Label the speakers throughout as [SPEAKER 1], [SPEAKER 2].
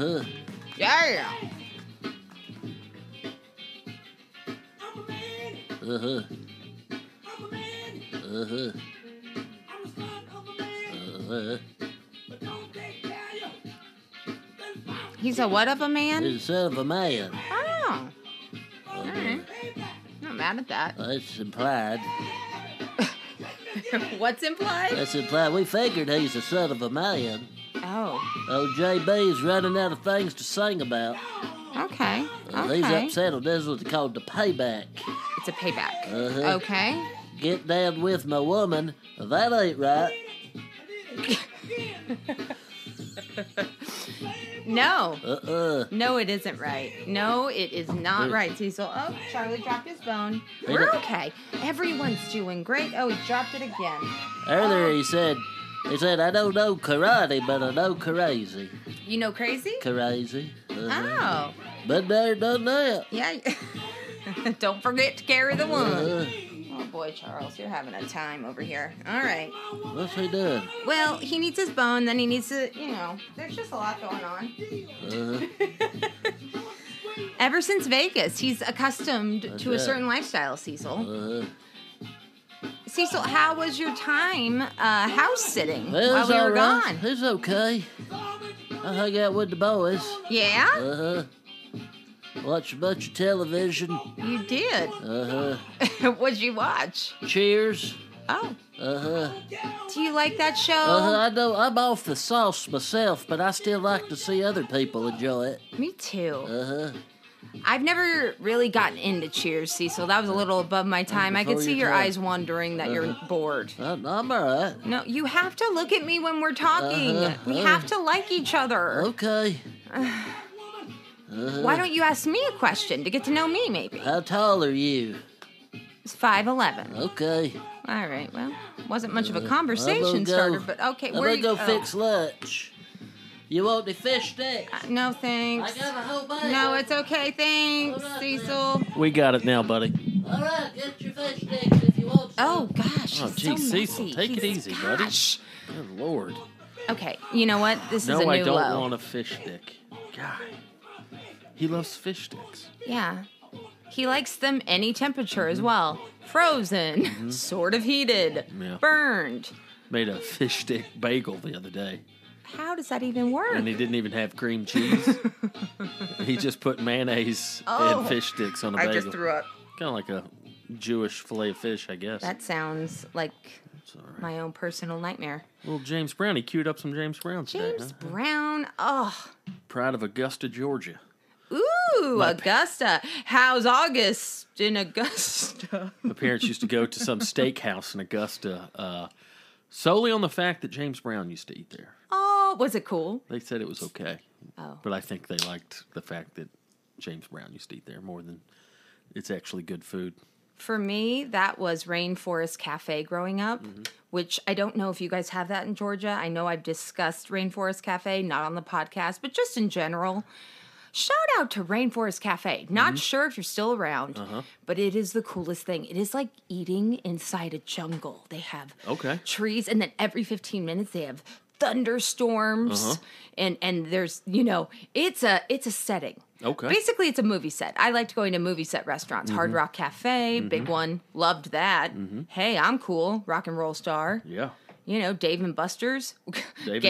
[SPEAKER 1] Yeah.
[SPEAKER 2] Aquaman.
[SPEAKER 1] Uh-huh.
[SPEAKER 2] Aquaman.
[SPEAKER 1] Uh-huh.
[SPEAKER 2] I was not Aquaman,
[SPEAKER 1] Uh-huh.
[SPEAKER 2] but don't they tell you? Then follow
[SPEAKER 1] He's a what of a man?
[SPEAKER 3] He's the son of a man.
[SPEAKER 1] Oh. All right.
[SPEAKER 2] payback.
[SPEAKER 1] Not mad at that.
[SPEAKER 3] That's implied.
[SPEAKER 1] What's implied?
[SPEAKER 3] That's implied. We figured he's the son of a man.
[SPEAKER 1] Oh.
[SPEAKER 3] Oh, JB is running out of things to sing about.
[SPEAKER 1] Okay.
[SPEAKER 3] Uh, He's
[SPEAKER 1] Okay.
[SPEAKER 3] upset. on This is what's called the payback.
[SPEAKER 1] It's a payback.
[SPEAKER 3] Uh-huh.
[SPEAKER 1] Okay.
[SPEAKER 3] Get down with my woman. That ain't right.
[SPEAKER 1] No.
[SPEAKER 3] Uh-uh.
[SPEAKER 1] No, it isn't right. No, it is not right, Cecil. Oh, Charlie dropped his bone. We're okay. Everyone's doing great. Oh, he dropped it again.
[SPEAKER 3] Earlier he said, he said, I don't know karate, but I know crazy.
[SPEAKER 1] You know, crazy?
[SPEAKER 3] Crazy. Uh-huh.
[SPEAKER 1] Oh.
[SPEAKER 3] But there done that.
[SPEAKER 1] Yeah. Don't forget to carry the one.
[SPEAKER 3] Uh,
[SPEAKER 1] Oh, boy, Charles, you're having a time over here. All right.
[SPEAKER 3] what's he doing?
[SPEAKER 1] Well, he needs his bone, then he needs to, you know, there's just a lot going on.
[SPEAKER 3] Uh-huh.
[SPEAKER 1] Ever since Vegas, he's accustomed
[SPEAKER 3] That's
[SPEAKER 1] to a
[SPEAKER 3] right.
[SPEAKER 1] certain lifestyle, Cecil.
[SPEAKER 3] Uh-huh.
[SPEAKER 1] Cecil, how was your time uh, house sitting
[SPEAKER 3] Well,
[SPEAKER 1] while
[SPEAKER 3] it's
[SPEAKER 1] we
[SPEAKER 3] all
[SPEAKER 1] were
[SPEAKER 3] right.
[SPEAKER 1] gone?
[SPEAKER 3] It's okay. I hung out with the boys.
[SPEAKER 1] Yeah,
[SPEAKER 3] Uh huh. Watched a bunch of television.
[SPEAKER 1] you did.
[SPEAKER 3] Uh
[SPEAKER 1] What'd you watch?
[SPEAKER 3] huh. Cheers.
[SPEAKER 1] Oh,
[SPEAKER 3] Uh huh.
[SPEAKER 1] do you like that show?
[SPEAKER 3] Uh huh. I know I'm off the sauce myself, but I still like to see other people enjoy it.
[SPEAKER 1] Me too.
[SPEAKER 3] Uh huh.
[SPEAKER 1] I've never really gotten into Cheers, Cecil. That was a little above my time. I could
[SPEAKER 3] before
[SPEAKER 1] see
[SPEAKER 3] your
[SPEAKER 1] your
[SPEAKER 3] time.
[SPEAKER 1] eyes wandering that you're bored.
[SPEAKER 3] I'm, I'm alright.
[SPEAKER 1] No, you have to look at me when we're talking.
[SPEAKER 3] Uh-huh,
[SPEAKER 1] We
[SPEAKER 3] uh.
[SPEAKER 1] have to like each other.
[SPEAKER 3] Okay.
[SPEAKER 1] Why don't you ask me a question to get to know me, maybe?
[SPEAKER 3] How tall are you?
[SPEAKER 1] It's 5'11.
[SPEAKER 3] Okay.
[SPEAKER 1] All right, well, wasn't much of a
[SPEAKER 3] I'm
[SPEAKER 1] conversation
[SPEAKER 3] gonna
[SPEAKER 1] starter,
[SPEAKER 3] go-
[SPEAKER 1] but okay,
[SPEAKER 3] I'm
[SPEAKER 1] where
[SPEAKER 3] gonna
[SPEAKER 1] you
[SPEAKER 3] go
[SPEAKER 1] oh.
[SPEAKER 3] fix lunch. You want the fish sticks?
[SPEAKER 1] Uh, No,
[SPEAKER 3] I
[SPEAKER 1] thanks.
[SPEAKER 3] got a whole bag.
[SPEAKER 1] No, it's okay, thanks,
[SPEAKER 3] Hold on,
[SPEAKER 1] Cecil.
[SPEAKER 4] We got it now, buddy.
[SPEAKER 3] All right, get your fish sticks if you want. Some.
[SPEAKER 1] Oh, gosh.
[SPEAKER 4] Oh,
[SPEAKER 1] he's
[SPEAKER 4] geez,
[SPEAKER 1] so
[SPEAKER 4] Cecil,
[SPEAKER 1] messy.
[SPEAKER 4] take it
[SPEAKER 1] He's-
[SPEAKER 4] easy, buddy.
[SPEAKER 1] gosh.
[SPEAKER 4] Good lord.
[SPEAKER 1] Okay, you know what? This is a
[SPEAKER 4] No,
[SPEAKER 1] new
[SPEAKER 4] I don't
[SPEAKER 1] low.
[SPEAKER 4] want a fish stick. God. He loves fish sticks.
[SPEAKER 1] Yeah. He likes them any temperature as well. Frozen, sort of heated,
[SPEAKER 4] Yeah.
[SPEAKER 1] burned.
[SPEAKER 4] Made a fish stick bagel the other day,
[SPEAKER 1] How does that even work?
[SPEAKER 4] and he didn't even have cream cheese. he just put mayonnaise
[SPEAKER 1] Oh.
[SPEAKER 4] and fish sticks on a
[SPEAKER 1] I
[SPEAKER 4] bagel.
[SPEAKER 1] just threw up.
[SPEAKER 4] Kind of like a Jewish fillet of fish, I guess.
[SPEAKER 1] That sounds like
[SPEAKER 4] It's all right.
[SPEAKER 1] my own personal nightmare.
[SPEAKER 4] Little James Brown. He queued up some James Brown today.
[SPEAKER 1] James
[SPEAKER 4] huh?
[SPEAKER 1] Brown. Oh,
[SPEAKER 4] Pride of Augusta, Georgia.
[SPEAKER 1] ooh,
[SPEAKER 4] My pa-
[SPEAKER 1] Augusta. How's August in Augusta?
[SPEAKER 4] My parents used to go to some steakhouse in Augusta uh, solely on the fact that James Brown used to eat there.
[SPEAKER 1] Oh, was it cool?
[SPEAKER 4] They said it was okay,
[SPEAKER 1] Oh,
[SPEAKER 4] but I think they liked the fact that James Brown used to eat there more than it's actually good food.
[SPEAKER 1] for me, that was Rainforest Cafe growing up,
[SPEAKER 4] Mm-hmm.
[SPEAKER 1] which I don't know if you guys have that in Georgia. I know I've discussed Rainforest Cafe, not on the podcast, but just in general. Shout out to Rainforest Cafe. Not
[SPEAKER 4] Mm-hmm.
[SPEAKER 1] sure if you're still around,
[SPEAKER 4] Uh-huh.
[SPEAKER 1] but it is the coolest thing. It is like eating inside a jungle. They have
[SPEAKER 4] Okay.
[SPEAKER 1] trees and then every 15 minutes they have thunderstorms
[SPEAKER 4] Uh-huh.
[SPEAKER 1] and and there's you know it's a it's a setting
[SPEAKER 4] Okay.
[SPEAKER 1] basically it's a movie set i liked going to movie set restaurants
[SPEAKER 4] Mm-hmm.
[SPEAKER 1] hard rock cafe big one loved that hey i'm cool rock and roll star
[SPEAKER 4] Yeah.
[SPEAKER 1] you know dave and buster's
[SPEAKER 4] and
[SPEAKER 1] games
[SPEAKER 4] Buster's.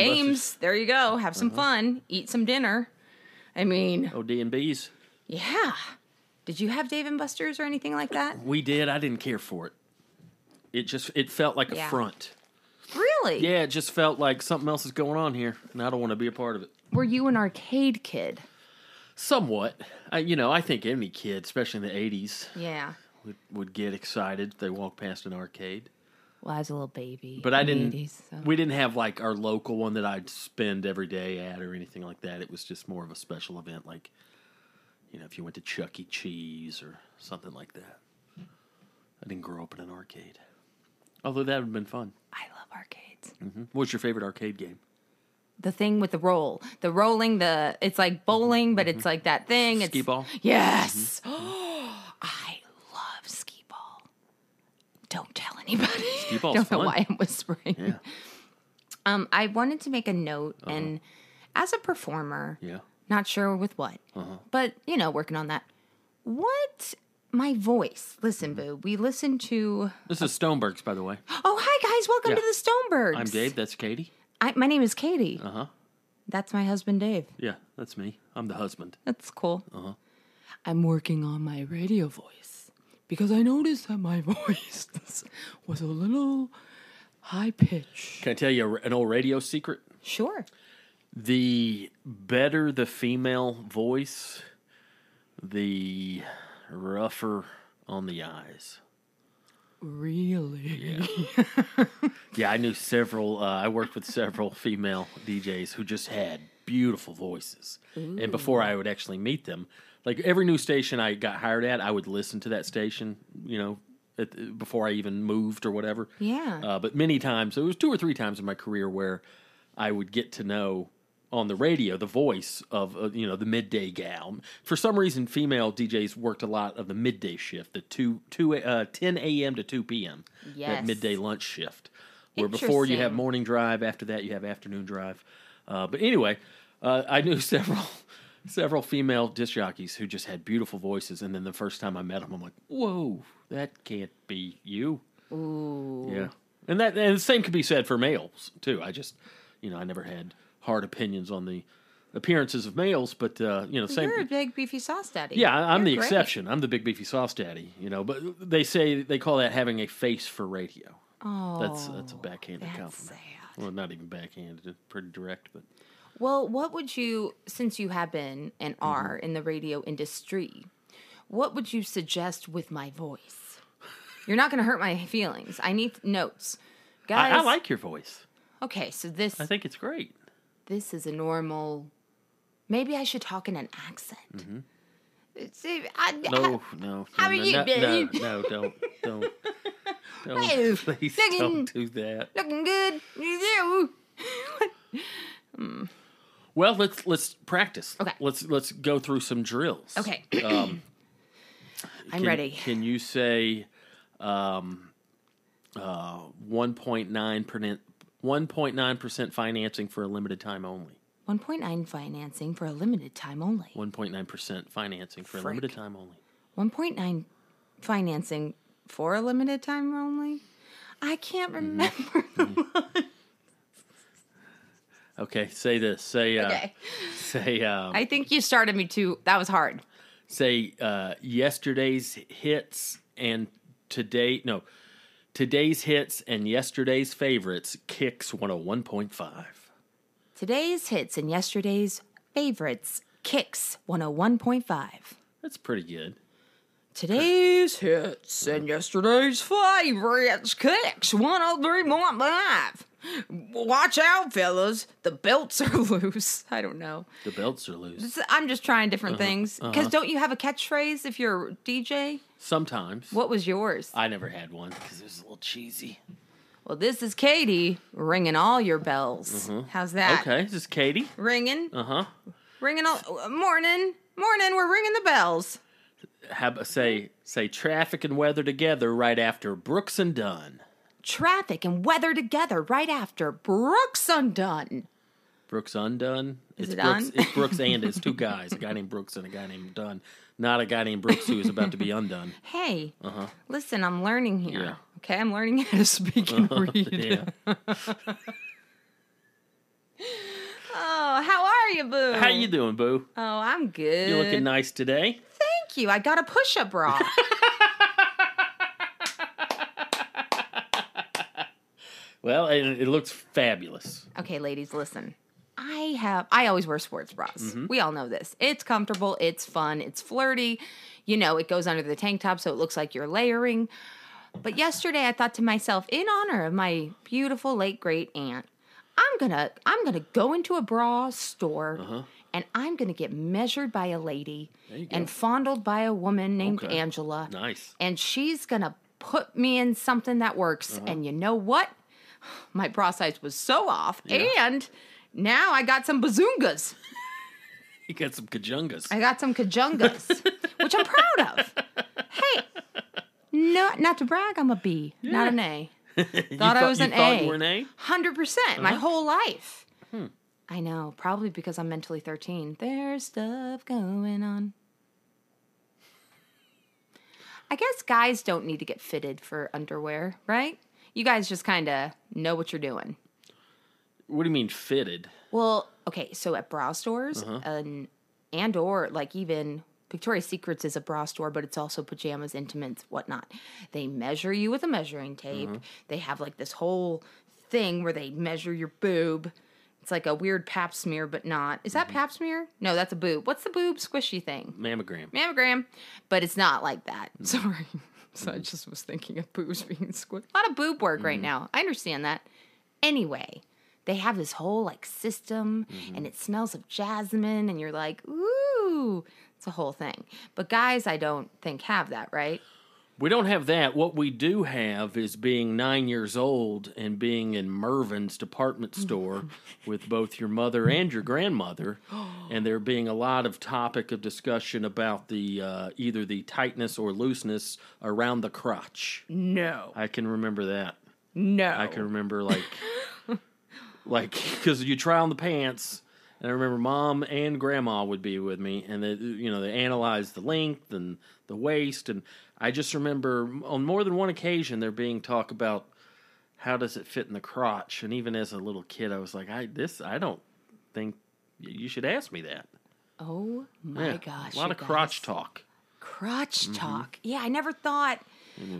[SPEAKER 4] Uh-huh.
[SPEAKER 1] there you go have some fun eat some dinner i mean
[SPEAKER 4] Oh, D and B's.
[SPEAKER 1] yeah did you have dave and buster's or anything like that
[SPEAKER 4] We did. I didn't care for it. It just it felt like a
[SPEAKER 1] Yeah.
[SPEAKER 4] front.
[SPEAKER 1] really
[SPEAKER 4] Yeah, it just felt like something else is going on here, and I don't want to be a part of it.
[SPEAKER 1] were you an arcade kid
[SPEAKER 4] Somewhat. I, you know, I think any kid, especially in the 80s,
[SPEAKER 1] Yeah.
[SPEAKER 4] would, would get excited if they walked past an arcade.
[SPEAKER 1] Well, I was a little baby.
[SPEAKER 4] But
[SPEAKER 1] in
[SPEAKER 4] I
[SPEAKER 1] the
[SPEAKER 4] didn't.
[SPEAKER 1] 80s, so-
[SPEAKER 4] We didn't have like our local one that I'd spend every day at or anything like that. It was just more of a special event, like you know, if you went to Chuck E. Cheese or something like that. I didn't grow up in an arcade, although that would have been fun.
[SPEAKER 1] I love arcades.
[SPEAKER 4] What's your favorite arcade game?
[SPEAKER 1] The thing with the roll, the rolling, the it's like bowling,
[SPEAKER 4] Mm-hmm.
[SPEAKER 1] but it's like that thing. It's,
[SPEAKER 4] Skee ball?
[SPEAKER 1] Yes.
[SPEAKER 4] Mm-hmm.
[SPEAKER 1] I love skee ball. Don't tell anybody. Skee
[SPEAKER 4] ball's
[SPEAKER 1] Don't know
[SPEAKER 4] fun.
[SPEAKER 1] why I'm whispering.
[SPEAKER 4] Yeah, Uh-huh.
[SPEAKER 1] Um, I wanted to make a note, and as a performer,
[SPEAKER 4] yeah. Uh-huh.
[SPEAKER 1] not sure with what, but you know, working on that. What my voice? Listen,
[SPEAKER 4] Mm-hmm.
[SPEAKER 1] boo. We listen to.
[SPEAKER 4] This is Stonebergs, by the way.
[SPEAKER 1] Oh, hi guys! Welcome
[SPEAKER 4] Yeah.
[SPEAKER 1] to the Stonebergs.
[SPEAKER 4] I'm Dave. That's Katie.
[SPEAKER 1] I, my name is Katie.
[SPEAKER 4] Uh huh.
[SPEAKER 1] That's my husband, Dave.
[SPEAKER 4] Yeah, that's me. I'm the husband.
[SPEAKER 1] That's cool.
[SPEAKER 4] Uh-huh.
[SPEAKER 1] I'm working on my radio voice because I noticed that my voice was a little high pitch.
[SPEAKER 4] Can I tell you a- an old radio secret?
[SPEAKER 1] Sure.
[SPEAKER 4] the better the female voice, the rougher on the eyes.
[SPEAKER 1] Really?
[SPEAKER 4] Yeah, I knew several. Uh, I worked with several female DJs who just had beautiful voices. And before I would actually meet them, like every new station I got hired at, I would listen to that station. You know. At, before I even moved or whatever.
[SPEAKER 1] Yeah.
[SPEAKER 4] Uh, but many times, it was two or three times in my career where I would get to know on the radio the voice of uh, you know the midday gal. For some reason, female DJs worked a lot of the midday shift, the two two uh, ten a.m. to two p.m.
[SPEAKER 1] Yes.
[SPEAKER 4] that midday lunch shift. Where before you have
[SPEAKER 1] Interesting.
[SPEAKER 4] morning drive, after that you have afternoon drive. Uh, but anyway, uh, I knew several several female disc jockeys who just had beautiful voices, and then the first time I met them, I'm like, "Whoa, that can't be you."
[SPEAKER 1] Ooh.
[SPEAKER 4] Yeah, and that and the same could be said for males too. I just, you know, I never had hard opinions on the appearances of males, but uh, you know, same.
[SPEAKER 1] You're a big beefy sauce daddy.
[SPEAKER 4] yeah, I- I'm
[SPEAKER 1] You're
[SPEAKER 4] the
[SPEAKER 1] great.
[SPEAKER 4] exception. I'm the big beefy sauce daddy. You know, but they say they call that having a face for radio.
[SPEAKER 1] Oh,
[SPEAKER 4] That's that's a backhanded
[SPEAKER 1] that's
[SPEAKER 4] compliment.
[SPEAKER 1] sad.
[SPEAKER 4] Well, not even backhanded, it's pretty direct, but
[SPEAKER 1] Well, what would you, since you have been and
[SPEAKER 4] Mm-hmm.
[SPEAKER 1] are in the radio industry, what would you suggest with my voice? You're not going to hurt my feelings. I need notes, guys.
[SPEAKER 4] I, I like your voice.
[SPEAKER 1] Okay, so this
[SPEAKER 4] I think it's great.
[SPEAKER 1] this is a normal. Maybe I should talk in an accent. It's- I-
[SPEAKER 4] Mm-hmm. No, no,
[SPEAKER 1] How
[SPEAKER 4] no,
[SPEAKER 1] are
[SPEAKER 4] no,
[SPEAKER 1] you,
[SPEAKER 4] no, no,
[SPEAKER 1] babe?
[SPEAKER 4] no, don't, don't, don't,
[SPEAKER 1] Hey,
[SPEAKER 4] please
[SPEAKER 1] looking-
[SPEAKER 4] don't do that.
[SPEAKER 1] I- looking good. You.
[SPEAKER 4] Well, let's let's practice.
[SPEAKER 1] Okay.
[SPEAKER 4] Let's let's go through some drills.
[SPEAKER 1] Okay,
[SPEAKER 4] Um,
[SPEAKER 1] I'm
[SPEAKER 4] can-
[SPEAKER 1] ready.
[SPEAKER 4] Can you say um, uh, one point nine percent one point nine percent financing for a limited time only?
[SPEAKER 1] 1.9 financing for a limited time only.
[SPEAKER 4] One point nine percent financing for a
[SPEAKER 1] Frick.
[SPEAKER 4] limited time only.
[SPEAKER 1] 1.9 financing for a limited time only. I can't
[SPEAKER 4] Mm-hmm.
[SPEAKER 1] remember.
[SPEAKER 4] Okay. Say this. Say. Uh,
[SPEAKER 1] Okay.
[SPEAKER 4] Say. Um,
[SPEAKER 1] I think you started me too. That was hard.
[SPEAKER 4] say uh, yesterday's hits and today no today's hits and yesterday's favorites kicks 101.5
[SPEAKER 1] Today's hits and yesterday's favorites. Kicks 101.5.
[SPEAKER 4] that's pretty good
[SPEAKER 1] Today's hits and yesterday's favorites oh kicks 103.5. Watch out, fellas. The belts are loose. I don't know.
[SPEAKER 4] The belts are loose.
[SPEAKER 1] So I'm just trying different
[SPEAKER 4] Uh-huh,
[SPEAKER 1] things. Because don't you have a catchphrase if you're a DJ?
[SPEAKER 4] Sometimes.
[SPEAKER 1] What was yours?
[SPEAKER 4] I never had one because it was a little cheesy.
[SPEAKER 1] well, this is Katie ringing all your bells. How's that?
[SPEAKER 4] Mm-hmm. Okay, this is Katie.
[SPEAKER 1] Ringing,
[SPEAKER 4] Uh huh.
[SPEAKER 1] ringing all. Morning, morning, we're ringing the bells.
[SPEAKER 4] Have uh, say say traffic and weather together right after Brooks and Dunn.
[SPEAKER 1] Traffic and weather together right after Brooks Undone.
[SPEAKER 4] Brooks Undone. It's
[SPEAKER 1] it
[SPEAKER 4] Brooks.
[SPEAKER 1] on?
[SPEAKER 4] It's Brooks and it's two guys, a guy named Brooks and a guy named Dunn. Not a guy named Brooks who is about to be undone.
[SPEAKER 1] Hey, listen, I'm learning here.
[SPEAKER 4] Uh-huh. Yeah.
[SPEAKER 1] Okay, I'm learning how to speak and read.
[SPEAKER 4] Yeah.
[SPEAKER 1] Oh, how are you, boo?
[SPEAKER 4] How you doing, Boo?
[SPEAKER 1] Oh, I'm good.
[SPEAKER 4] You looking nice today?
[SPEAKER 1] Thank you. I got a push-up bra.
[SPEAKER 4] Well, it, it looks fabulous.
[SPEAKER 1] okay, ladies, listen. I have I always wear sports bras. We all know this. It's comfortable, it's fun, it's flirty. You know, it goes under the tank top so it looks like you're layering. But yesterday I thought to myself, in honor of my beautiful late great aunt, I'm going to I'm going to go into a bra store and I'm going to get measured by a lady and fondled by a woman named
[SPEAKER 4] Okay.
[SPEAKER 1] Angela.
[SPEAKER 4] Nice.
[SPEAKER 1] And she's going to put me in something that works.
[SPEAKER 4] Uh-huh.
[SPEAKER 1] And you know what? My bra size was so off. And now I got some bazoongas.
[SPEAKER 4] You got some kajungas.
[SPEAKER 1] I got some kajungas, which I'm proud of. Hey, not not to brag, I'm a B, not an A.
[SPEAKER 4] You
[SPEAKER 1] Thought I was
[SPEAKER 4] you
[SPEAKER 1] an
[SPEAKER 4] thought
[SPEAKER 1] A.
[SPEAKER 4] You were an A.
[SPEAKER 1] 100% percent my whole life. I know, probably because I'm mentally 13. There's stuff going on. I guess guys don't need to get fitted for underwear, right? You guys just kind of know what you're doing.
[SPEAKER 4] What do you mean fitted?
[SPEAKER 1] Well, okay, so at bra stores and and or like even Victoria's Secrets is a bra store, but it's also pajamas, intimates, whatnot. They measure you with a measuring tape. They have like this whole thing where they measure your boob. It's like a weird pap smear, but not. Is that pap smear? No, that's a boob. What's the boob squishy thing?
[SPEAKER 4] Mammogram.
[SPEAKER 1] mammogram, but it's not like that. Sorry. So I just was thinking of boobs being squid. A lot of boob work right now. I understand that. Anyway, they have this whole like system and it smells of jasmine and you're like, ooh, it's a whole thing. But guys, I don't think have that, right?
[SPEAKER 4] We don't have that. What we do have is being nine years old and being in Mervin's department store with both your mother and your grandmother, and there being a lot of topic of discussion about the uh, either the tightness or looseness around the crotch.
[SPEAKER 1] No.
[SPEAKER 4] I can remember that.
[SPEAKER 1] No.
[SPEAKER 4] I can remember like, like because you try on the pants, and I remember mom and grandma would be with me, and they you know they analyzed the length and the waist, and I just remember on more than one occasion there being talk about how does it fit in the crotch, and even as a little kid I was like I this I don't think you should ask me that.
[SPEAKER 1] oh my
[SPEAKER 4] Yeah,
[SPEAKER 1] gosh.
[SPEAKER 4] a lot
[SPEAKER 1] you
[SPEAKER 4] of crotch
[SPEAKER 1] guys.
[SPEAKER 4] talk.
[SPEAKER 1] crotch talk. Yeah, I never thought.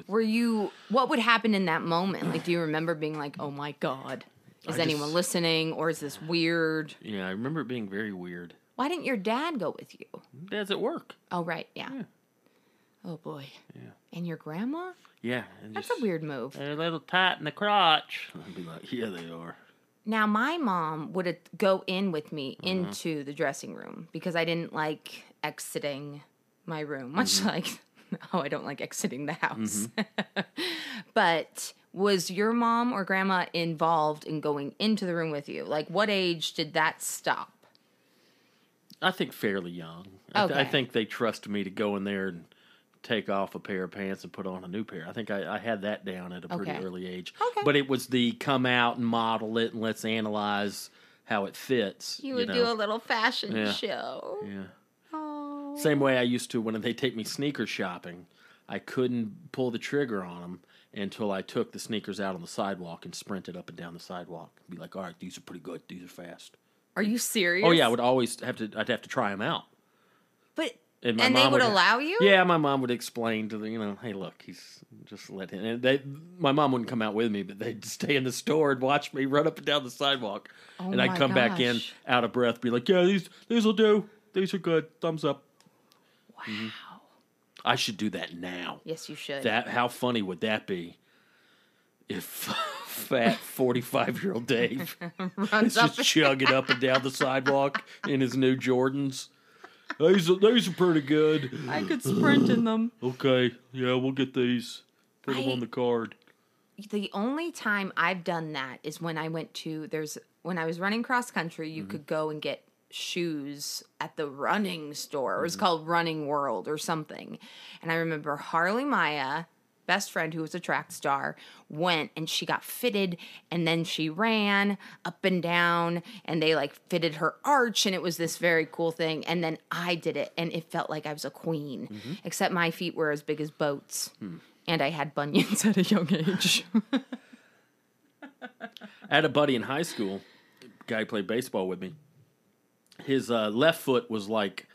[SPEAKER 1] Were you? What would happen in that moment? Like, do you remember being like, "Oh my god, is
[SPEAKER 4] I
[SPEAKER 1] anyone
[SPEAKER 4] just-
[SPEAKER 1] listening, or is this weird?
[SPEAKER 4] Yeah, I remember it being very weird.
[SPEAKER 1] Why didn't your dad go with you?"
[SPEAKER 4] Dad's at work.
[SPEAKER 1] Oh right, yeah. Oh boy. Yeah. And your grandma?
[SPEAKER 4] Yeah, and
[SPEAKER 1] That's
[SPEAKER 4] just-
[SPEAKER 1] a weird move.
[SPEAKER 4] They're a little tight in the crotch. I'd be like, yeah, they are.
[SPEAKER 1] Now my mom would a- go in with me
[SPEAKER 4] Uh-huh.
[SPEAKER 1] into the dressing room because I didn't like exiting my room, much
[SPEAKER 4] Mm-hmm.
[SPEAKER 1] like oh I don't like exiting the house. but was your mom or grandma involved in going into the room with you? Like what age did that stop?
[SPEAKER 4] I think fairly young. I, th- I
[SPEAKER 1] Okay.
[SPEAKER 4] think they trust me to go in there and take off a pair of pants and put on a new pair. I think I, I had that down at a pretty
[SPEAKER 1] Okay.
[SPEAKER 4] early age.
[SPEAKER 1] Okay.
[SPEAKER 4] But it was the come out and model it and let's analyze how it fits.
[SPEAKER 1] You would do a
[SPEAKER 4] know.
[SPEAKER 1] little fashion
[SPEAKER 4] Yeah.
[SPEAKER 1] show.
[SPEAKER 4] Yeah.
[SPEAKER 1] Oh.
[SPEAKER 4] Same way I used to when they take me sneaker shopping, I couldn't pull the trigger on them until I took the sneakers out on the sidewalk and sprinted up and down the sidewalk. Be like, all right, these are pretty good. These are fast.
[SPEAKER 1] Are you serious?
[SPEAKER 4] Oh yeah, I would always have to. I'd have to try them out.
[SPEAKER 1] But
[SPEAKER 4] And
[SPEAKER 1] and,
[SPEAKER 4] my
[SPEAKER 1] they
[SPEAKER 4] mom
[SPEAKER 1] would
[SPEAKER 4] would-
[SPEAKER 1] allow you?
[SPEAKER 4] Yeah, my mom would explain to the, you know, hey, look, he's just let him. And they, my mom wouldn't come out with me, but they'd stay in the store and watch me run up and down the sidewalk,
[SPEAKER 1] Oh
[SPEAKER 4] and
[SPEAKER 1] my
[SPEAKER 4] I'd come back in
[SPEAKER 1] gosh.
[SPEAKER 4] out of breath, be like, yeah, these these will do. These are good. Thumbs up. Mm-hmm.
[SPEAKER 1] Wow.
[SPEAKER 4] I should do that now.
[SPEAKER 1] Yes, you should.
[SPEAKER 4] That how funny would that be? If fat forty-five-year-old Dave
[SPEAKER 1] Runs
[SPEAKER 4] is
[SPEAKER 1] up
[SPEAKER 4] just chugging up and down the sidewalk in his new Jordans, these are, these are pretty good.
[SPEAKER 1] I could sprint in them.
[SPEAKER 4] Okay, yeah, we'll get these. Put
[SPEAKER 1] them on I- the
[SPEAKER 4] card.
[SPEAKER 1] The only time I've done that is when I went to there's when I was running cross country, you could go and get shoes at the running store. It was called Running World or something. And I remember Harley Maya, best friend who was a track star, went and she got fitted and then she ran up and down and they like fitted her arch and it was this very cool thing and then I did it and it felt like I was a queen except my feet were as big as boats. And I had bunions at a young age.
[SPEAKER 4] I had a buddy in high school, guy who played baseball with me. His uh, left foot was like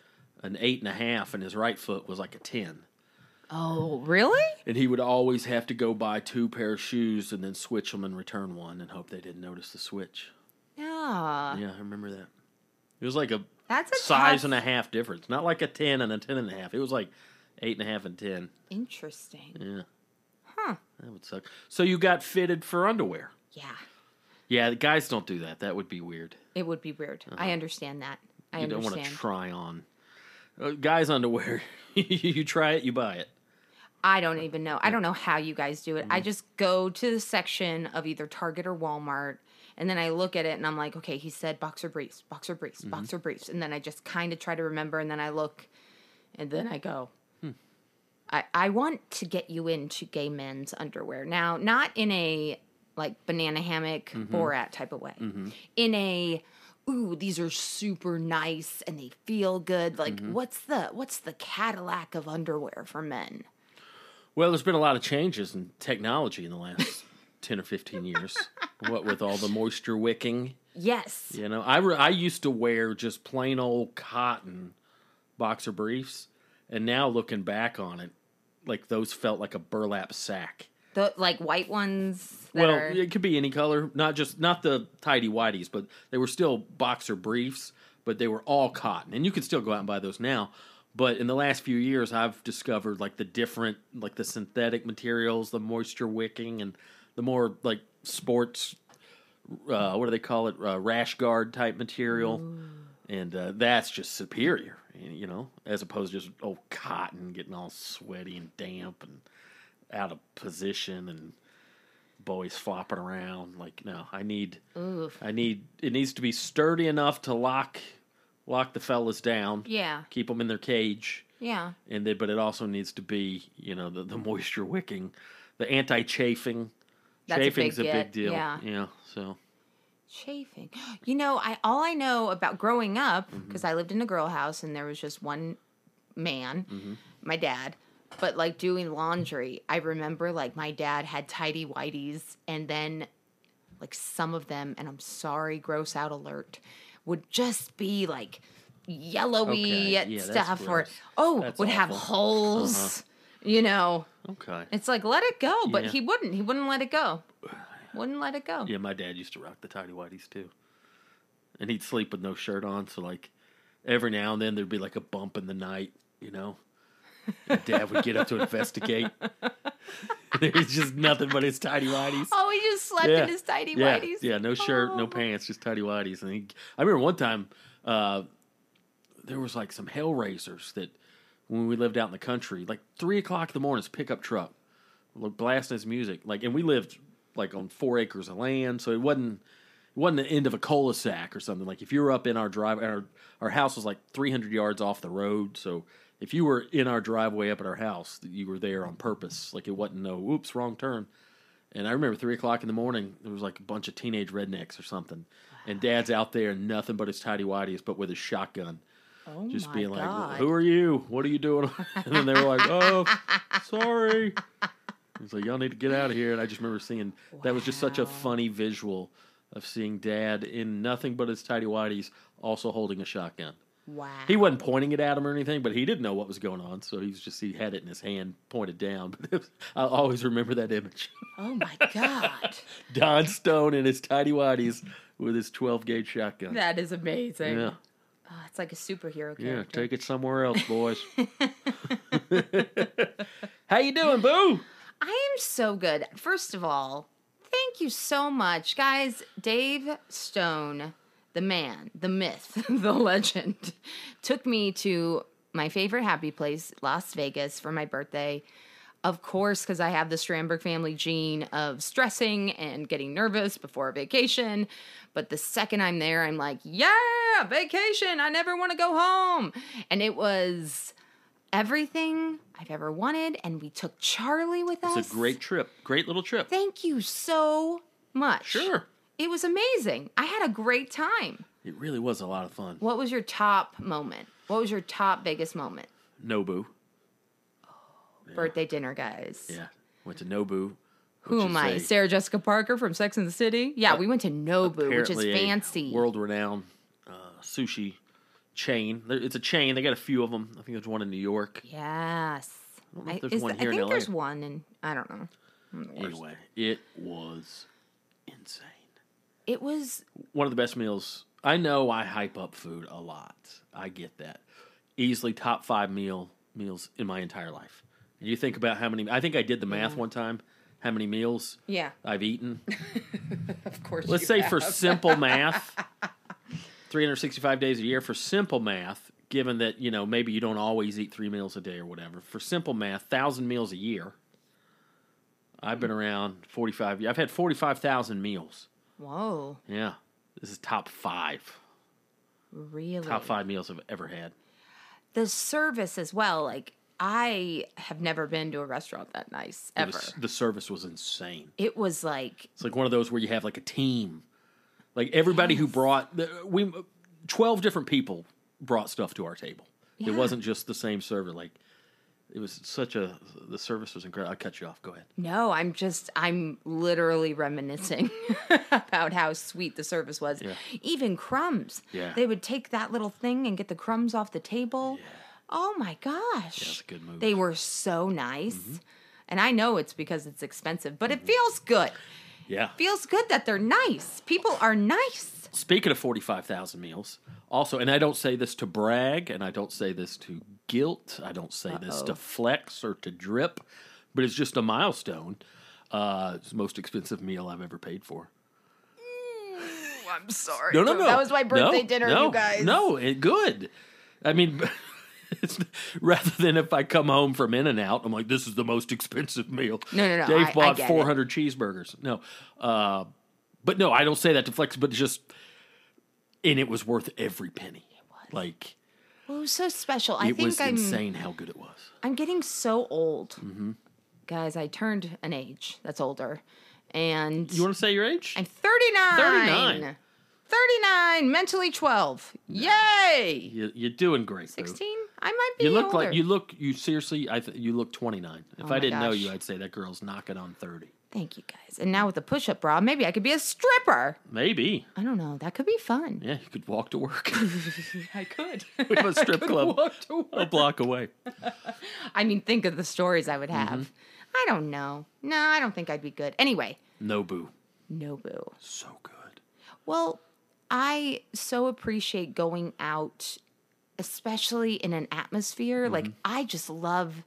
[SPEAKER 4] an eight and a half, and his right foot was like a ten.
[SPEAKER 1] oh, really?
[SPEAKER 4] And he would always have to go buy two pair of shoes and then switch them and return one and hope they didn't notice the switch.
[SPEAKER 1] Yeah.
[SPEAKER 4] Yeah, I remember that. It was like a
[SPEAKER 1] That's a
[SPEAKER 4] size
[SPEAKER 1] tough-
[SPEAKER 4] and a half difference. Not like a 10 and a 10 and a half. It was like eight and a half and 10.
[SPEAKER 1] Interesting.
[SPEAKER 4] Yeah,
[SPEAKER 1] Huh.
[SPEAKER 4] that would suck. So you got fitted for underwear.
[SPEAKER 1] Yeah.
[SPEAKER 4] Yeah, the guys don't do that. That would be weird.
[SPEAKER 1] It would be weird. I understand that. I
[SPEAKER 4] Uh-huh. you don't
[SPEAKER 1] understand.
[SPEAKER 4] want to try on. Uh, guys' underwear. you try it, you buy it.
[SPEAKER 1] I don't even know. I don't know how you guys do it. I just go to the section of either Target or Walmart and then I look at it and I'm like, okay, he said boxer briefs, boxer briefs, boxer briefs. And then I just kind of try to remember and then I look and then I go, I, I want to get you into gay men's underwear. Now, not in a like banana hammock Borat type of way, in a ooh these are super nice and they feel good like what's the what's the cadillac of underwear for men
[SPEAKER 4] Well, there's been a lot of changes in technology in the last 10 or 15 years. what with all the moisture wicking.
[SPEAKER 1] Yes.
[SPEAKER 4] You know, I, re- I used to wear just plain old cotton boxer briefs, and now looking back on it, like those felt like a burlap sack.
[SPEAKER 1] The like white ones that
[SPEAKER 4] Well,
[SPEAKER 1] are
[SPEAKER 4] it could be any color, not just not the tidy whities, but they were still boxer briefs, but they were all cotton, and you can still go out and buy those now. But in the last few years, I've discovered like the different, like the synthetic materials, the moisture wicking, and the more like sports, uh, what do they call it, uh, rash guard type material, and uh, that's just superior, you know, as opposed to just old cotton getting all sweaty and damp and out of position and boys flopping around. Like, no, I need,
[SPEAKER 1] Oof.
[SPEAKER 4] I need. It needs to be sturdy enough to lock, lock the fellas down.
[SPEAKER 1] Yeah.
[SPEAKER 4] keep them in their cage,
[SPEAKER 1] Yeah.
[SPEAKER 4] and then but it also needs to be, you know, the, the moisture wicking, the anti chafing.
[SPEAKER 1] That's a big
[SPEAKER 4] Chafing's a big,
[SPEAKER 1] get,
[SPEAKER 4] deal.
[SPEAKER 1] yeah.
[SPEAKER 4] So
[SPEAKER 1] Chafing. You know, I all I know about growing up
[SPEAKER 4] Mm-hmm.
[SPEAKER 1] because I lived in a girl house and there was just one man,
[SPEAKER 4] Mm-hmm.
[SPEAKER 1] my dad. But like doing laundry, I remember like my dad had tidy whities and then like some of them and I'm sorry, gross out alert, would just be like yellowy
[SPEAKER 4] Okay,
[SPEAKER 1] at
[SPEAKER 4] yeah, that's
[SPEAKER 1] stuff or
[SPEAKER 4] gross.
[SPEAKER 1] oh,
[SPEAKER 4] That's
[SPEAKER 1] would have
[SPEAKER 4] awful. Uh-huh.
[SPEAKER 1] holes. You know,
[SPEAKER 4] okay.
[SPEAKER 1] It's like let it go, but
[SPEAKER 4] Yeah.
[SPEAKER 1] he wouldn't. He wouldn't let it go. Wouldn't let it go.
[SPEAKER 4] Yeah, my dad used to rock the tidy whities too, and he'd sleep with no shirt on. So like, every now and then there'd be like a bump in the night, you know. And dad would get up to investigate. there was just nothing but his tidy whities.
[SPEAKER 1] Oh, he just slept in his tidy
[SPEAKER 4] yeah,
[SPEAKER 1] whities.
[SPEAKER 4] Yeah, no shirt,
[SPEAKER 1] Oh.
[SPEAKER 4] no pants, just tidy whities. And he, I remember one time uh, there was like some Hellraisers that when we lived out in the country, like three o'clock in the morning, his pickup truck, like blasting his music, like, and we lived like on four acres of land, so it wasn't it wasn't the end of a cul-de-sac or something. Like if you were up in our drive, our our house was like 300 yards off the road, so if you were in our driveway up at our house, you were there on purpose. Like it wasn't no, oops, wrong turn. And I remember three o'clock in the morning, there was like a bunch of teenage rednecks or something, and Dad's out there, and nothing but his tidy whities, but with his shotgun,
[SPEAKER 1] Oh
[SPEAKER 4] just
[SPEAKER 1] my
[SPEAKER 4] being like,
[SPEAKER 1] God.
[SPEAKER 4] "Who are you? What are you doing?" and then they were like, "Oh, sorry." He's like, "Y'all need to get out of here." And I just remember seeing that was just such a
[SPEAKER 1] Wow.
[SPEAKER 4] funny visual of seeing Dad in nothing but his tidy whities, also holding a shotgun.
[SPEAKER 1] Oh. wow.
[SPEAKER 4] He wasn't pointing it at him or anything, but he didn't know what was going on, so he was just he had it in his hand, pointed down. But it was, I always remember that image.
[SPEAKER 1] oh my God.
[SPEAKER 4] Don Stone in his tidy whities with his 12 gauge shotgun.
[SPEAKER 1] that is amazing.
[SPEAKER 4] yeah,
[SPEAKER 1] Oh, it's like a superhero
[SPEAKER 4] yeah.
[SPEAKER 1] character.
[SPEAKER 4] Take it somewhere else, boys. How you doing, Boo?
[SPEAKER 1] I am so good. First of all, thank you so much, guys. Dave Stone, the man, the myth, the legend, took me to my favorite happy place, Las Vegas, for my birthday. Of course, because I have the Strandberg family gene of stressing and getting nervous before a vacation. But the second I'm there, I'm like, yeah, vacation. I never want to go home. And it was everything I've ever wanted. And we took Charlie with us.
[SPEAKER 4] It's a great trip. Great little trip.
[SPEAKER 1] Thank you so much.
[SPEAKER 4] Sure.
[SPEAKER 1] It was amazing. I had a great time.
[SPEAKER 4] It really was a lot of fun.
[SPEAKER 1] What was your top moment? What was your top Vegas moment?
[SPEAKER 4] Nobu.
[SPEAKER 1] Birthday dinner, guys.
[SPEAKER 4] Yeah. Went to Nobu.
[SPEAKER 1] Who
[SPEAKER 4] which
[SPEAKER 1] am
[SPEAKER 4] is
[SPEAKER 1] I?
[SPEAKER 4] a-
[SPEAKER 1] Sarah Jessica Parker from Sex and the City? Yeah, we went to Nobu, which is
[SPEAKER 4] apparently a
[SPEAKER 1] fancy.
[SPEAKER 4] world-renowned uh, sushi chain. There- It's a chain. They got a few of them. I think there's one in New York.
[SPEAKER 1] yes. I
[SPEAKER 4] don't know if there's
[SPEAKER 1] is
[SPEAKER 4] one
[SPEAKER 1] the-
[SPEAKER 4] here
[SPEAKER 1] I
[SPEAKER 4] in
[SPEAKER 1] think
[SPEAKER 4] LA.
[SPEAKER 1] there's one, and I don't know.
[SPEAKER 4] Anyway, it was insane.
[SPEAKER 1] It was
[SPEAKER 4] one of the best meals. I know I hype up food a lot. I get that. Easily top five meal meals in my entire life. And you think about how many. I think I did the math one time. How many meals
[SPEAKER 1] yeah.
[SPEAKER 4] I've eaten?
[SPEAKER 1] Of course.
[SPEAKER 4] Uh, Let's say for simple math, 365 days a year for simple math. Given that you know maybe you don't always eat three meals a day or whatever, for simple math, thousand meals a year. I've been around 45. I've had 45,000 meals.
[SPEAKER 1] Whoa,
[SPEAKER 4] Yeah, this is top five.
[SPEAKER 1] really?
[SPEAKER 4] top five meals I've ever had.
[SPEAKER 1] The service as well. Like I have never been to a restaurant that nice
[SPEAKER 4] It
[SPEAKER 1] ever.
[SPEAKER 4] was- the service was insane.
[SPEAKER 1] it was like
[SPEAKER 4] It's like one of those where you have like a team, like everybody who brought the- we twelve different people brought stuff to our table.
[SPEAKER 1] Yeah.
[SPEAKER 4] It wasn't just the same server. Like it was such a the service was incredible. I cut you off. Go ahead.
[SPEAKER 1] No, I'm just I'm literally reminiscing about how sweet the service was. Even crumbs.
[SPEAKER 4] Yeah.
[SPEAKER 1] They would take that little thing and get the crumbs off the table. Oh my gosh.
[SPEAKER 4] That's a good move. Mm-hmm.
[SPEAKER 1] They were so nice. And I know it's because it's expensive, but it feels good.
[SPEAKER 4] yeah.
[SPEAKER 1] Feels good that they're nice. People are nice.
[SPEAKER 4] Speaking of forty five thousand meals, also, and I don't say this to brag, and I don't say this to guilt. I don't say this to flex or to drip, but it's just a milestone. Uh, it's the most expensive meal I've ever paid for.
[SPEAKER 1] Oh, I'm sorry.
[SPEAKER 4] No, no, no.
[SPEAKER 1] That was my birthday
[SPEAKER 4] No,
[SPEAKER 1] dinner,
[SPEAKER 4] no,
[SPEAKER 1] you guys.
[SPEAKER 4] No, it, good. I mean, it's, rather than if I come home from In and Out, I'm like, this is the most expensive meal.
[SPEAKER 1] No, no, no,
[SPEAKER 4] Dave
[SPEAKER 1] I- I
[SPEAKER 4] bought
[SPEAKER 1] get it.
[SPEAKER 4] 400 cheeseburgers. No, uh, but no, I don't say that to flex, but it's just, and it was worth every penny. Like
[SPEAKER 1] Well, it was Oh, so special. I
[SPEAKER 4] it
[SPEAKER 1] think
[SPEAKER 4] was
[SPEAKER 1] I'm
[SPEAKER 4] insane how good it was.
[SPEAKER 1] I'm getting so old.
[SPEAKER 4] Mm-hmm.
[SPEAKER 1] Guys, I turned an age that's older. And
[SPEAKER 4] You want to say your age?
[SPEAKER 1] I'm 39.
[SPEAKER 4] 39.
[SPEAKER 1] 39, mentally 12. Yay!
[SPEAKER 4] you, you're doing great. Boo.
[SPEAKER 1] 16? I might be
[SPEAKER 4] You look
[SPEAKER 1] older. Oh
[SPEAKER 4] like you look. You seriously, I th- you look 29. If
[SPEAKER 1] my
[SPEAKER 4] I didn't know
[SPEAKER 1] gosh.
[SPEAKER 4] you, I'd say that girl's knocking on 30.
[SPEAKER 1] Thank you guys. And now with the push-up bra, maybe I could be a stripper.
[SPEAKER 4] Maybe.
[SPEAKER 1] I don't know. That could be fun.
[SPEAKER 4] Yeah, you could walk to work.
[SPEAKER 1] I could.
[SPEAKER 4] We have a strip club a block away.
[SPEAKER 1] I mean, think of the stories I would
[SPEAKER 4] Mm-hmm.
[SPEAKER 1] have. I don't know. No, I don't think I'd be good. Anyway,
[SPEAKER 4] Nobu.
[SPEAKER 1] no boo.
[SPEAKER 4] So good.
[SPEAKER 1] Well, I so appreciate going out, especially in an atmosphere. Like, I just love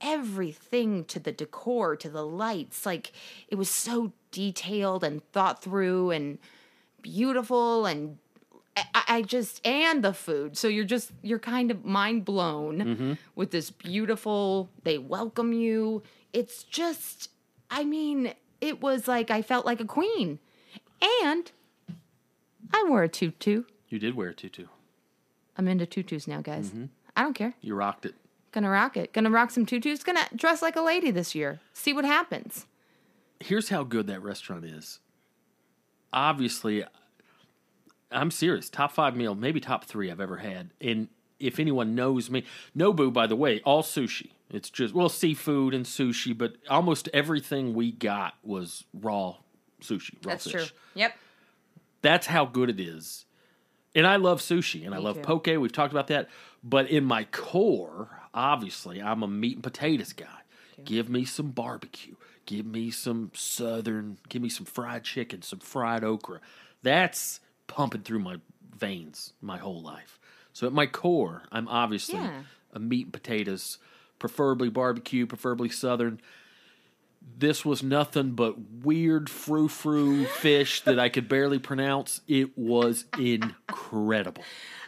[SPEAKER 1] everything to the decor, to the lights. Like, it was so detailed and thought through and beautiful and. I- I I just and the food, so you're just you're kind of mind blown with this beautiful. They welcome you. It's just, I mean, it was like I felt like a queen, and I wore a tutu.
[SPEAKER 4] You did wear a tutu.
[SPEAKER 1] I'm into tutus now, guys.
[SPEAKER 4] Mm-hmm.
[SPEAKER 1] I don't care.
[SPEAKER 4] You rocked it.
[SPEAKER 1] Gonna rock it. Gonna rock some tutus. Gonna dress like a lady this year. See what happens.
[SPEAKER 4] Here's how good that restaurant is. Obviously, I'm serious. Top five meal, maybe top three I've ever had. And if anyone knows me, Nobu, by the way, all sushi. It's just, well, seafood and sushi, but almost everything we got was raw sushi, raw fish.
[SPEAKER 1] Yep.
[SPEAKER 4] That's how good it is. And I love sushi and I love
[SPEAKER 1] too.
[SPEAKER 4] poke. We've talked about that. But in my core, obviously, I'm a meat and potatoes guy. Give me some barbecue. Give me some southern. Give me some fried chicken, some fried okra. That's pumping through my veins my whole life. So at my core, I'm obviously
[SPEAKER 1] Yeah.
[SPEAKER 4] a meat and potatoes, preferably barbecue, preferably southern this was nothing but weird frou frou fish that I could barely pronounce. It was incredible.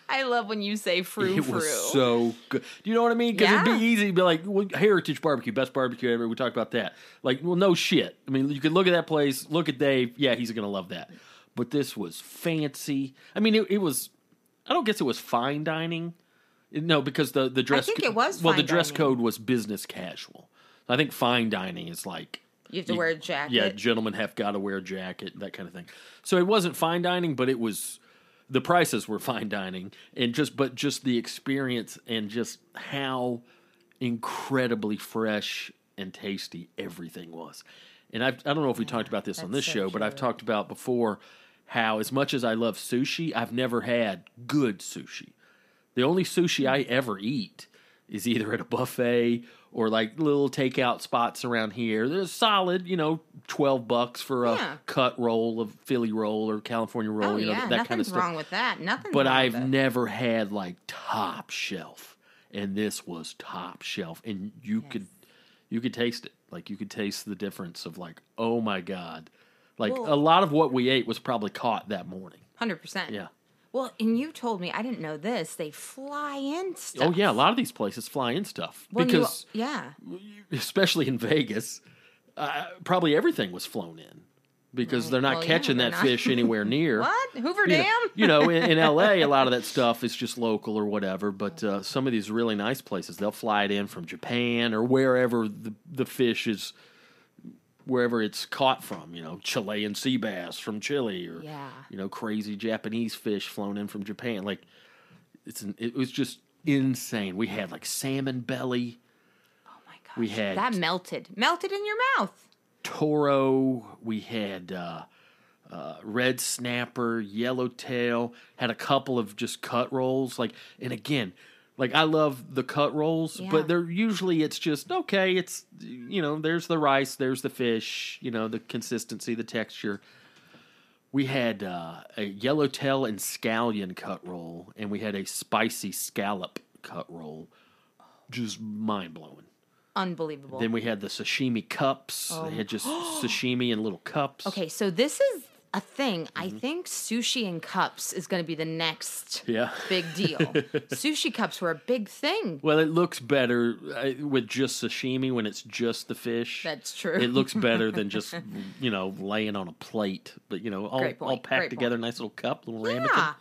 [SPEAKER 1] I love when you say frou
[SPEAKER 4] It
[SPEAKER 1] frou.
[SPEAKER 4] was so good. Do you know what I mean? Because it'd
[SPEAKER 1] Yeah.
[SPEAKER 4] be easy to be like, well, Heritage Barbecue, best barbecue ever. We talked about that. Like, well, no shit. I mean, you could look at that place, look at Dave. Yeah, he's going to love that. But this was fancy. I mean, it, it was, I don't guess it was fine dining. No, because the, the dress
[SPEAKER 1] think it was
[SPEAKER 4] Well, the
[SPEAKER 1] fine
[SPEAKER 4] dress
[SPEAKER 1] dining.
[SPEAKER 4] code was business casual. I think fine dining is like
[SPEAKER 1] you have to wear a jacket.
[SPEAKER 4] yeah, gentlemen have got to wear a jacket, that kind of thing. So it wasn't fine dining, but it was the prices were fine dining, and just but just the experience and just how incredibly fresh and tasty everything was. And I've, I don't know if we talked about this on this show, but I've talked about before how as much as I love sushi, I've never had good sushi. The only sushi I ever eat is either at a buffet or like little takeout spots around here. They're solid, you know, twelve bucks for a
[SPEAKER 1] Yeah.
[SPEAKER 4] cut roll of Philly roll or California roll,
[SPEAKER 1] Oh
[SPEAKER 4] you know,
[SPEAKER 1] yeah,
[SPEAKER 4] that,
[SPEAKER 1] nothing's
[SPEAKER 4] that kind of stuff.
[SPEAKER 1] wrong with that. Nothing.
[SPEAKER 4] but
[SPEAKER 1] wrong
[SPEAKER 4] I've
[SPEAKER 1] with it.
[SPEAKER 4] never had like top shelf, and this was top shelf, and you could you could taste it, like you could taste the difference of like, oh my god, like
[SPEAKER 1] Well-
[SPEAKER 4] a lot of what we ate was probably caught that morning.
[SPEAKER 1] hundred percent.
[SPEAKER 4] Yeah.
[SPEAKER 1] Well, and you told me I didn't know this. They fly in stuff.
[SPEAKER 4] Oh yeah, a lot of these places fly in stuff
[SPEAKER 1] When you-
[SPEAKER 4] because
[SPEAKER 1] yeah,
[SPEAKER 4] especially in Vegas, uh, probably everything was flown in because they're not
[SPEAKER 1] Well, yeah,
[SPEAKER 4] catching
[SPEAKER 1] they're
[SPEAKER 4] that
[SPEAKER 1] not.
[SPEAKER 4] fish anywhere near.
[SPEAKER 1] what Hoover
[SPEAKER 4] You know,
[SPEAKER 1] Dam?
[SPEAKER 4] you know, in, in LA, a lot of that stuff is just local or whatever. But uh, some of these really nice places, they'll fly it in from Japan or wherever the the fish is, wherever it's caught from. You know, Chilean sea bass from Chile, or
[SPEAKER 1] Yeah.
[SPEAKER 4] you know, crazy Japanese fish flown in from Japan. Like it's an, it was just insane. We had like salmon belly.
[SPEAKER 1] oh my gosh,
[SPEAKER 4] we had-
[SPEAKER 1] that melted, melted in your mouth.
[SPEAKER 4] Toro. We had uh, uh, red snapper, yellowtail. Had a couple of just cut rolls. Like, and again, like I love the cut rolls,
[SPEAKER 1] Yeah.
[SPEAKER 4] but they're usually it's just okay. It's you know, there's the rice, there's the fish. You know, the consistency, the texture. We had uh, a yellowtail and scallion cut roll, and we had a spicy scallop cut roll. Just mind blowing.
[SPEAKER 1] Unbelievable.
[SPEAKER 4] Then we had the sashimi cups. They had just sashimi in little cups.
[SPEAKER 1] Oh okay, so this is a thing. I think sushi and cups is going to be the next
[SPEAKER 4] Mm-hmm. Yeah.
[SPEAKER 1] big deal. sushi cups were a big thing.
[SPEAKER 4] Well, it looks better uh, with just sashimi when it's just the fish.
[SPEAKER 1] That's true.
[SPEAKER 4] It looks better than just you know laying on a plate, but you know all
[SPEAKER 1] Great point,
[SPEAKER 4] all packed
[SPEAKER 1] great
[SPEAKER 4] together, nice little cup, little
[SPEAKER 1] Yeah.
[SPEAKER 4] ramekin.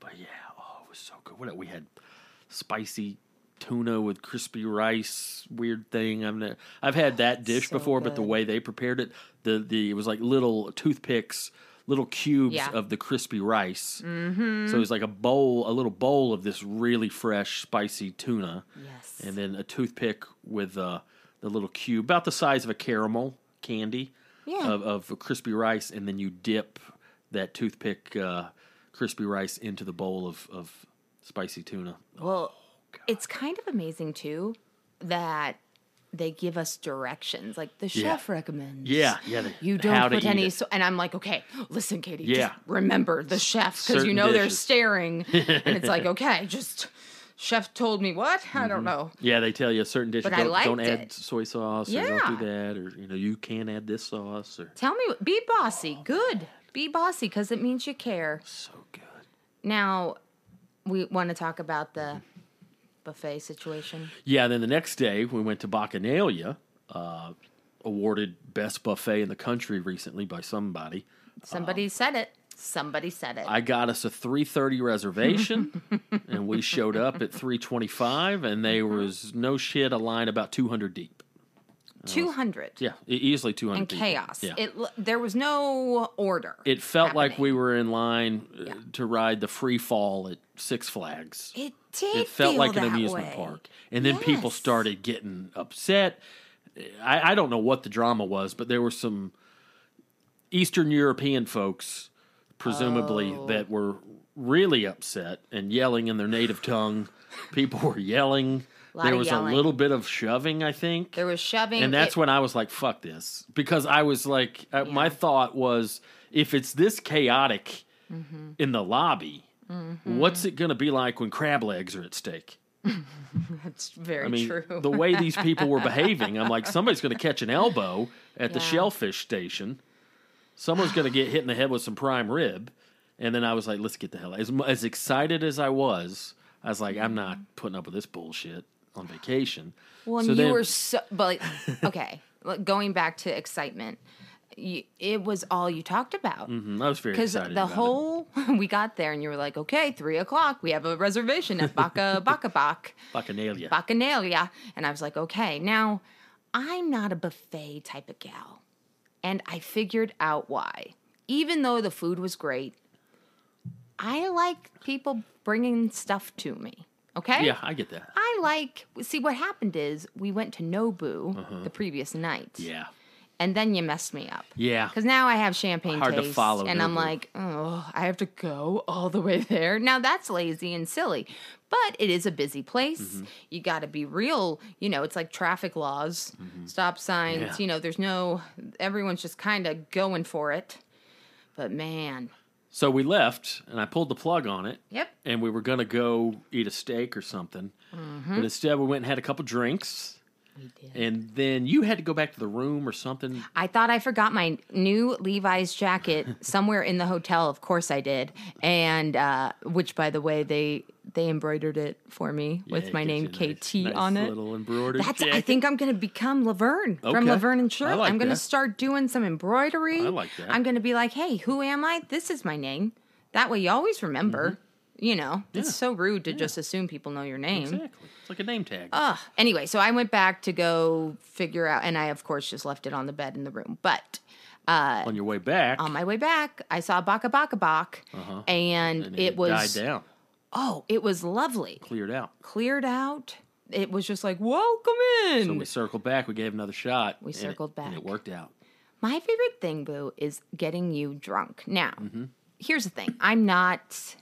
[SPEAKER 4] But yeah, oh, it was so good. What we had spicy tuna with crispy rice, weird thing. I've ne- I've had that dish
[SPEAKER 1] so
[SPEAKER 4] before, but the
[SPEAKER 1] good.
[SPEAKER 4] way they prepared it, the the it was like little toothpicks, little cubes
[SPEAKER 1] Yeah.
[SPEAKER 4] of the crispy rice. Mm-hmm. So it was like a bowl, a little bowl of this really fresh spicy tuna,
[SPEAKER 1] Yes.
[SPEAKER 4] and then a toothpick with uh, the little cube, about the size of a caramel candy,
[SPEAKER 1] Yeah.
[SPEAKER 4] of, of crispy rice, and then you dip that toothpick uh, crispy rice into the bowl of, of spicy tuna.
[SPEAKER 1] Well, it's kind of amazing too that they give us directions. Like the chef recommends.
[SPEAKER 4] Yeah, yeah. the-
[SPEAKER 1] You don't
[SPEAKER 4] how to
[SPEAKER 1] put
[SPEAKER 4] eat
[SPEAKER 1] any,
[SPEAKER 4] it.
[SPEAKER 1] so, and I'm like, okay, listen, Katie,
[SPEAKER 4] Yeah.
[SPEAKER 1] just remember the chef because you
[SPEAKER 4] certain
[SPEAKER 1] know they're
[SPEAKER 4] dishes.
[SPEAKER 1] staring, and it's like, okay, just chef told me what I
[SPEAKER 4] Mm-hmm.
[SPEAKER 1] don't know.
[SPEAKER 4] Yeah, they tell you certain dishes
[SPEAKER 1] But I
[SPEAKER 4] don't, don't
[SPEAKER 1] liked
[SPEAKER 4] add
[SPEAKER 1] it.
[SPEAKER 4] soy sauce or
[SPEAKER 1] Yeah.
[SPEAKER 4] don't do that or you know you can add this sauce or
[SPEAKER 1] Tell me, be bossy, good, be bossy because it means you care.
[SPEAKER 4] so good.
[SPEAKER 1] Now, we want to talk about the buffet situation.
[SPEAKER 4] Yeah, then the next day we went to Bacchanalia, uh, awarded best buffet in the country recently by somebody.
[SPEAKER 1] Somebody said it. Somebody said it.
[SPEAKER 4] Um, I got us a 3:30 reservation and we showed up at 3:25 and there
[SPEAKER 1] Uh-huh.
[SPEAKER 4] was no shit a line about 200 deep.
[SPEAKER 1] Two hundred.
[SPEAKER 4] Yeah, e- easily 200
[SPEAKER 1] and
[SPEAKER 4] deep.
[SPEAKER 1] chaos.
[SPEAKER 4] Yeah.
[SPEAKER 1] It l- there was no order.
[SPEAKER 4] It felt like
[SPEAKER 1] happening.
[SPEAKER 4] we were in line uh,
[SPEAKER 1] Yeah.
[SPEAKER 4] to ride the free fall at Six Flags.
[SPEAKER 1] It did.
[SPEAKER 4] it felt
[SPEAKER 1] feel
[SPEAKER 4] like an
[SPEAKER 1] that
[SPEAKER 4] amusement
[SPEAKER 1] way.
[SPEAKER 4] park. And then people
[SPEAKER 1] Yes.
[SPEAKER 4] started getting upset. I, I don't know what the drama was, but there were some Eastern European folks, presumably,
[SPEAKER 1] Oh.
[SPEAKER 4] that were really upset and yelling in their native tongue. People were yelling.
[SPEAKER 1] Lot
[SPEAKER 4] there
[SPEAKER 1] of
[SPEAKER 4] was
[SPEAKER 1] yelling.
[SPEAKER 4] a little bit of shoving, I think.
[SPEAKER 1] There was shoving,
[SPEAKER 4] And
[SPEAKER 1] it-
[SPEAKER 4] that's when I was like, fuck this. Because I was like, uh, my thought was, if it's this chaotic
[SPEAKER 1] Mm-hmm.
[SPEAKER 4] in the lobby, what's it going to be like when crab legs are at stake?
[SPEAKER 1] That's very
[SPEAKER 4] I mean,
[SPEAKER 1] true.
[SPEAKER 4] the way these people were behaving, I'm like, somebody's going to catch an elbow at the
[SPEAKER 1] Yeah.
[SPEAKER 4] shellfish station. Someone's going to get hit in the head with some prime rib. And then I was like, let's get the hell out. As, mu- as excited as I was, I was
[SPEAKER 1] Mm-hmm.
[SPEAKER 4] like, I'm not putting up with this bullshit on vacation.
[SPEAKER 1] Well, and
[SPEAKER 4] So
[SPEAKER 1] you
[SPEAKER 4] then-
[SPEAKER 1] were so, but like, okay, like, going back to excitement, you, it was all you talked about
[SPEAKER 4] Mm, I was very
[SPEAKER 1] because
[SPEAKER 4] excited.
[SPEAKER 1] the
[SPEAKER 4] about it.
[SPEAKER 1] whole we got there and you were like, okay, three o'clock, we have a reservation at Baka Baka Bak
[SPEAKER 4] Bacchanalia.
[SPEAKER 1] Bacchanalia, and I was like, okay, now I'm not a buffet type of gal, and I figured out why. Even though the food was great, I like people bringing stuff to me. Okay.
[SPEAKER 4] Yeah, I get that.
[SPEAKER 1] I like see what happened is we went to Nobu the previous night.
[SPEAKER 4] Uh-huh. Yeah.
[SPEAKER 1] and then you messed me up.
[SPEAKER 4] Yeah.
[SPEAKER 1] Because now I have champagne
[SPEAKER 4] Hard to
[SPEAKER 1] taste,
[SPEAKER 4] follow,
[SPEAKER 1] and I'm
[SPEAKER 4] Nobu.
[SPEAKER 1] like, oh, I have to go all the way there. Now that's lazy and silly, but it is a busy place.
[SPEAKER 4] Mm-hmm.
[SPEAKER 1] You got to be real. You know, it's like traffic laws, stop signs.
[SPEAKER 4] Mm-hmm. Yeah.
[SPEAKER 1] You know, there's no. Everyone's just kind of going for it. But man,
[SPEAKER 4] So we left, and I pulled the plug on it.
[SPEAKER 1] Yep.
[SPEAKER 4] And we were gonna go eat a steak or something,
[SPEAKER 1] Mm-hmm.
[SPEAKER 4] but instead we went and had a couple drinks. We did. And then you had to go back to the room or something.
[SPEAKER 1] I thought I forgot my new Levi's jacket somewhere in the hotel. Of course I did, and uh, which, by the way, they they embroidered it for me with
[SPEAKER 4] Yeah,
[SPEAKER 1] my
[SPEAKER 4] gives
[SPEAKER 1] name
[SPEAKER 4] you a nice-
[SPEAKER 1] KT
[SPEAKER 4] nice
[SPEAKER 1] on it.
[SPEAKER 4] Little embroidered.
[SPEAKER 1] That's. I
[SPEAKER 4] jacket.
[SPEAKER 1] think I'm going to become Laverne from
[SPEAKER 4] Okay.
[SPEAKER 1] Laverne and
[SPEAKER 4] I
[SPEAKER 1] Shirley.
[SPEAKER 4] like
[SPEAKER 1] I'm going to
[SPEAKER 4] that.
[SPEAKER 1] start doing some embroidery.
[SPEAKER 4] I like that.
[SPEAKER 1] I'm going to be like, hey, who am I? This is my name. That way, you always remember. You know,
[SPEAKER 4] Mm-hmm. Yeah.
[SPEAKER 1] it's so rude to just assume people know your name.
[SPEAKER 4] exactly. It's like a name tag.
[SPEAKER 1] Ugh. Anyway, so I went back to go figure out, and I of course just left it on the bed in the room. But
[SPEAKER 4] on your way back,
[SPEAKER 1] on my way back, I saw Baka Baka Bak, and,
[SPEAKER 4] Uh-huh. and
[SPEAKER 1] it was
[SPEAKER 4] died down,
[SPEAKER 1] oh, it was lovely,
[SPEAKER 4] cleared out.
[SPEAKER 1] cleared out. It was just like welcome in.
[SPEAKER 4] So we circled back. We gave another shot.
[SPEAKER 1] We
[SPEAKER 4] and it-
[SPEAKER 1] circled
[SPEAKER 4] and it
[SPEAKER 1] back.
[SPEAKER 4] worked out.
[SPEAKER 1] My favorite thing, Boo, is getting you drunk. Now, here's the thing I'm not,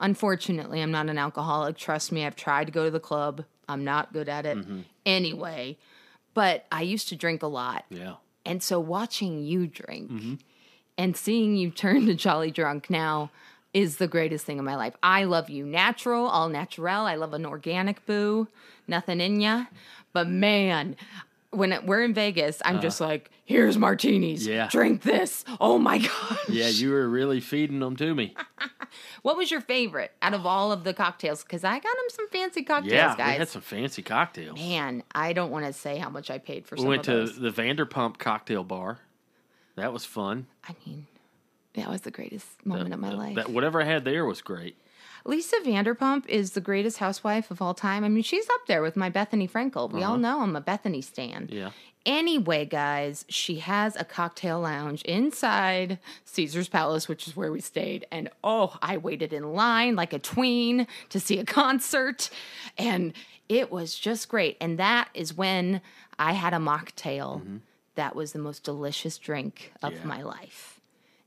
[SPEAKER 1] unfortunately, I'm not an alcoholic. Trust me, I've tried to go to the club, I'm not good at it anyway. But I used to drink a lot.
[SPEAKER 4] Yeah.
[SPEAKER 1] And so watching you drink
[SPEAKER 4] Mm-hmm.
[SPEAKER 1] and seeing you turn to Jolly Drunk now is the greatest thing in my life. I love you natural, all naturel. I love an organic boo, nothing in ya. But man, when it, we're in Vegas, I'm just like, here's martinis.
[SPEAKER 4] Uh-huh. Yeah.
[SPEAKER 1] Drink this. Oh my God.
[SPEAKER 4] Yeah, you were really feeding them to me.
[SPEAKER 1] What was your favorite out of all of the cocktails? Because I got him some fancy cocktails,
[SPEAKER 4] Yeah,
[SPEAKER 1] guys.
[SPEAKER 4] we had some fancy cocktails.
[SPEAKER 1] man, I don't want to say how much I paid for
[SPEAKER 4] we
[SPEAKER 1] some of
[SPEAKER 4] went to
[SPEAKER 1] those.
[SPEAKER 4] the Vanderpump cocktail bar. That was fun.
[SPEAKER 1] I mean, that was the greatest moment of my life.
[SPEAKER 4] That whatever I had there was great.
[SPEAKER 1] Lisa Vanderpump is the greatest housewife of all time. I mean, she's up there with my Bethany Frankel. We all know I'm a Bethany stan.
[SPEAKER 4] Uh-huh. Yeah.
[SPEAKER 1] Anyway, guys, she has a cocktail lounge inside Caesar's Palace, which is where we stayed. And oh, I waited in line like a tween to see a concert. And it was just great. And that is when I had a mocktail that was the most delicious drink of
[SPEAKER 4] Mm-hmm. Yeah.
[SPEAKER 1] my life.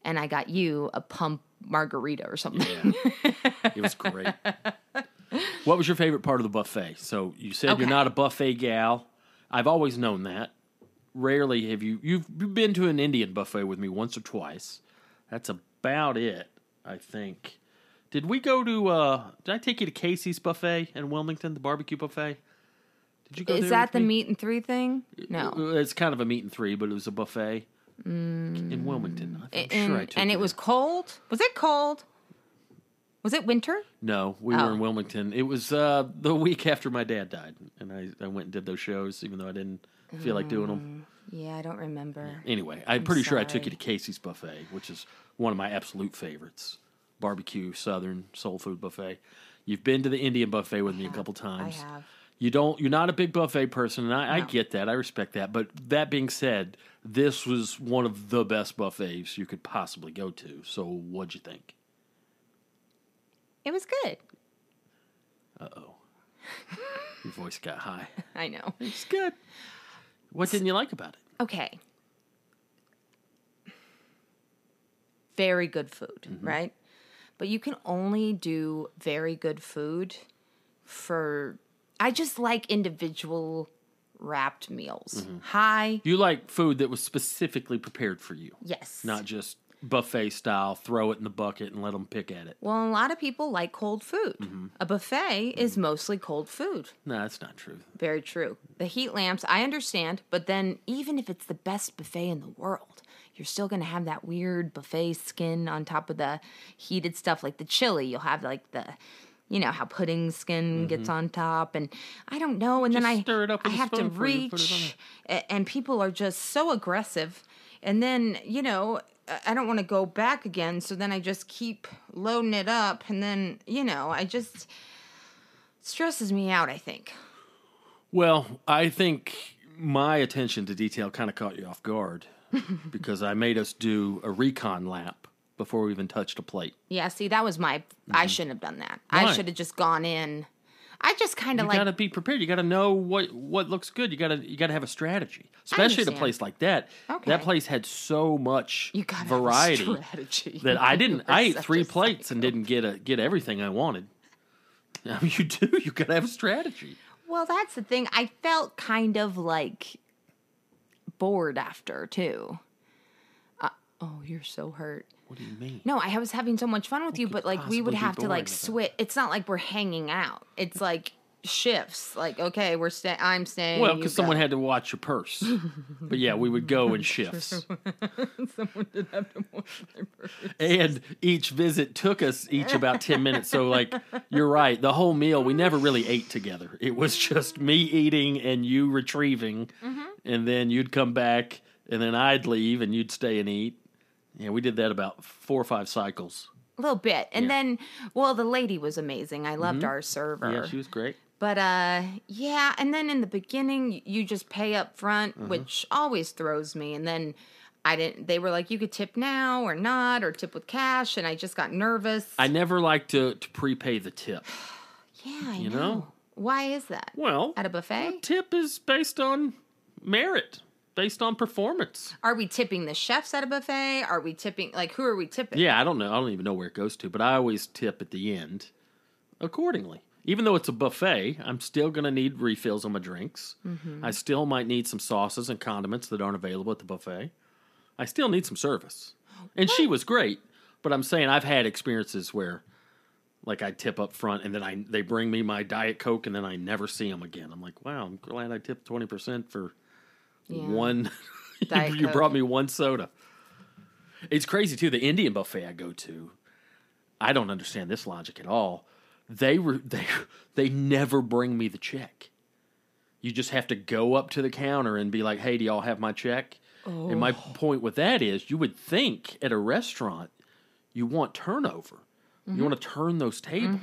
[SPEAKER 1] And I got you a pump margarita or something.
[SPEAKER 4] Yeah. it was great. What was your favorite part of the buffet? So you said
[SPEAKER 1] Okay.
[SPEAKER 4] you're not a buffet gal. I've always known that. Rarely have you you've you've been to an Indian buffet with me once or twice. That's about it, I think. Did we go to uh did I take you to Casey's buffet in Wilmington, the barbecue buffet? Did you go there
[SPEAKER 1] Is that
[SPEAKER 4] with
[SPEAKER 1] the
[SPEAKER 4] me?
[SPEAKER 1] meat and three thing? No.
[SPEAKER 4] Uh, It's kind of a meet and three, but it was a buffet in Wilmington. I'm sure I
[SPEAKER 1] Mm. and
[SPEAKER 4] took
[SPEAKER 1] and
[SPEAKER 4] you
[SPEAKER 1] it was
[SPEAKER 4] there.
[SPEAKER 1] cold. Was it cold? Was it winter?
[SPEAKER 4] no, we
[SPEAKER 1] Oh.
[SPEAKER 4] were in Wilmington. It was uh, the week after my dad died, and I, I went and did those shows, even though I didn't feel like doing them.
[SPEAKER 1] Yeah, I don't remember.
[SPEAKER 4] Anyway, I'm, pretty sure I took you
[SPEAKER 1] sorry.
[SPEAKER 4] to Casey's Buffet, which is one of my absolute favorites. Barbecue, Southern soul food buffet. You've been to the Indian buffet with me a couple times.
[SPEAKER 1] have.
[SPEAKER 4] You don't. You're not a big buffet person, and I, I get that. I respect that. But that being said, this was one of the best buffets you could possibly go to. So, what'd you think?
[SPEAKER 1] It was good.
[SPEAKER 4] Your voice got high.
[SPEAKER 1] I know.
[SPEAKER 4] It's good. What didn't you like about it?
[SPEAKER 1] Okay. Very good food,
[SPEAKER 4] Mm-hmm.
[SPEAKER 1] right? But you can only do very good food for I just like individual wrapped meals.
[SPEAKER 4] Mm-hmm.
[SPEAKER 1] High,
[SPEAKER 4] You like food that was specifically prepared for you,
[SPEAKER 1] yes.
[SPEAKER 4] not just buffet style. Throw it in the bucket and let them pick at it.
[SPEAKER 1] Well, a lot of people like cold food.
[SPEAKER 4] Mm-hmm.
[SPEAKER 1] A buffet is mostly cold food.
[SPEAKER 4] No, that's not true.
[SPEAKER 1] Very true. The heat lamps, I understand, but then even if it's the best buffet in the world, you're still going to have that weird buffet skin on top of the heated stuff like the chili. You'll have like the you know how pudding skin gets on top and I don't know and then
[SPEAKER 4] Mm-hmm. Just
[SPEAKER 1] I
[SPEAKER 4] stir it up
[SPEAKER 1] I
[SPEAKER 4] with a
[SPEAKER 1] have to
[SPEAKER 4] spoon before you put it on
[SPEAKER 1] reach a- and people are just so aggressive and then, you know, I- I don't want to go back again, so then I just keep loading it up and then, you know, I just stresses me out, I think.
[SPEAKER 4] Well, I think my attention to detail kind of caught you off guard because I made us do a recon lap before we even touched a plate. Mm-hmm.
[SPEAKER 1] Yeah, see, that was my. I shouldn't have done that. I
[SPEAKER 4] Why?
[SPEAKER 1] should have just gone in. I just kind of
[SPEAKER 4] you
[SPEAKER 1] like
[SPEAKER 4] gotta be prepared. You gotta know what what looks good. You gotta you gotta have a strategy, especially at a
[SPEAKER 1] understand.
[SPEAKER 4] place like that.
[SPEAKER 1] Okay.
[SPEAKER 4] That place had so much
[SPEAKER 1] you got
[SPEAKER 4] variety
[SPEAKER 1] strategy.
[SPEAKER 4] that I didn't.
[SPEAKER 1] You're
[SPEAKER 4] I ate
[SPEAKER 1] such
[SPEAKER 4] three
[SPEAKER 1] a
[SPEAKER 4] plates and
[SPEAKER 1] psycho.
[SPEAKER 4] didn't get a get everything I wanted. I mean, you do. You gotta have a strategy.
[SPEAKER 1] Well, that's the thing. I felt kind of like bored after too. Uh, oh, you're so hurt.
[SPEAKER 4] What do you mean?
[SPEAKER 1] No, I was having so much fun with you,
[SPEAKER 4] could
[SPEAKER 1] but like we would
[SPEAKER 4] possibly be
[SPEAKER 1] have to
[SPEAKER 4] boring
[SPEAKER 1] like
[SPEAKER 4] about that?
[SPEAKER 1] switch. It's not like we're hanging out. It's like shifts. Like okay, we're staying. I'm staying.
[SPEAKER 4] Well,
[SPEAKER 1] you
[SPEAKER 4] because someone
[SPEAKER 1] go.
[SPEAKER 4] had to watch your purse. but yeah, we would go in shifts. And each visit took us each about 10 minutes. So, like, you're right. The whole meal, we never really ate together. It was just me eating and you retrieving.
[SPEAKER 1] Mm-hmm.
[SPEAKER 4] And then you'd come back, and then I'd leave, and you'd stay and eat. Yeah, we did that about four or five cycles.
[SPEAKER 1] a little bit, and
[SPEAKER 4] Yeah. Mm-hmm.
[SPEAKER 1] then well, the lady was amazing. I loved our server.
[SPEAKER 4] Yeah, she was great.
[SPEAKER 1] But uh yeah, and then in the beginning y- you just pay up front,
[SPEAKER 4] Mm-hmm.
[SPEAKER 1] which always throws me. And then I didn't they were like you could tip now or not or tip with cash and I just got nervous.
[SPEAKER 4] I never like to, to prepay the tip.
[SPEAKER 1] yeah, I
[SPEAKER 4] you
[SPEAKER 1] know.
[SPEAKER 4] know?
[SPEAKER 1] Why is that?
[SPEAKER 4] Well,
[SPEAKER 1] At a buffet?
[SPEAKER 4] a tip is based on merit, based on performance.
[SPEAKER 1] Are we tipping the chefs at a buffet? Are we tipping like who are we tipping?
[SPEAKER 4] Yeah, I don't know. I don't even know where it goes to, but I always tip at the end accordingly. Even though it's a buffet, I'm still going to need refills on my drinks. I still might need some sauces and condiments that aren't available at the buffet. I still need some service. And she was great, but I'm saying I've had experiences where like I tip up front and then I they bring me my diet coke and then I never see them again. I'm like, "Wow, I'm glad I tipped 20% for
[SPEAKER 1] Yeah.
[SPEAKER 4] one you-
[SPEAKER 1] Diet
[SPEAKER 4] you,
[SPEAKER 1] Coke.
[SPEAKER 4] brought me one soda it's crazy too the indian buffet i go to i don't understand this logic at all they were they they never bring me the check you just have to go up to the counter and be like hey do y'all have my check and my point with that is you would think at a restaurant you want turnover you want to turn those tables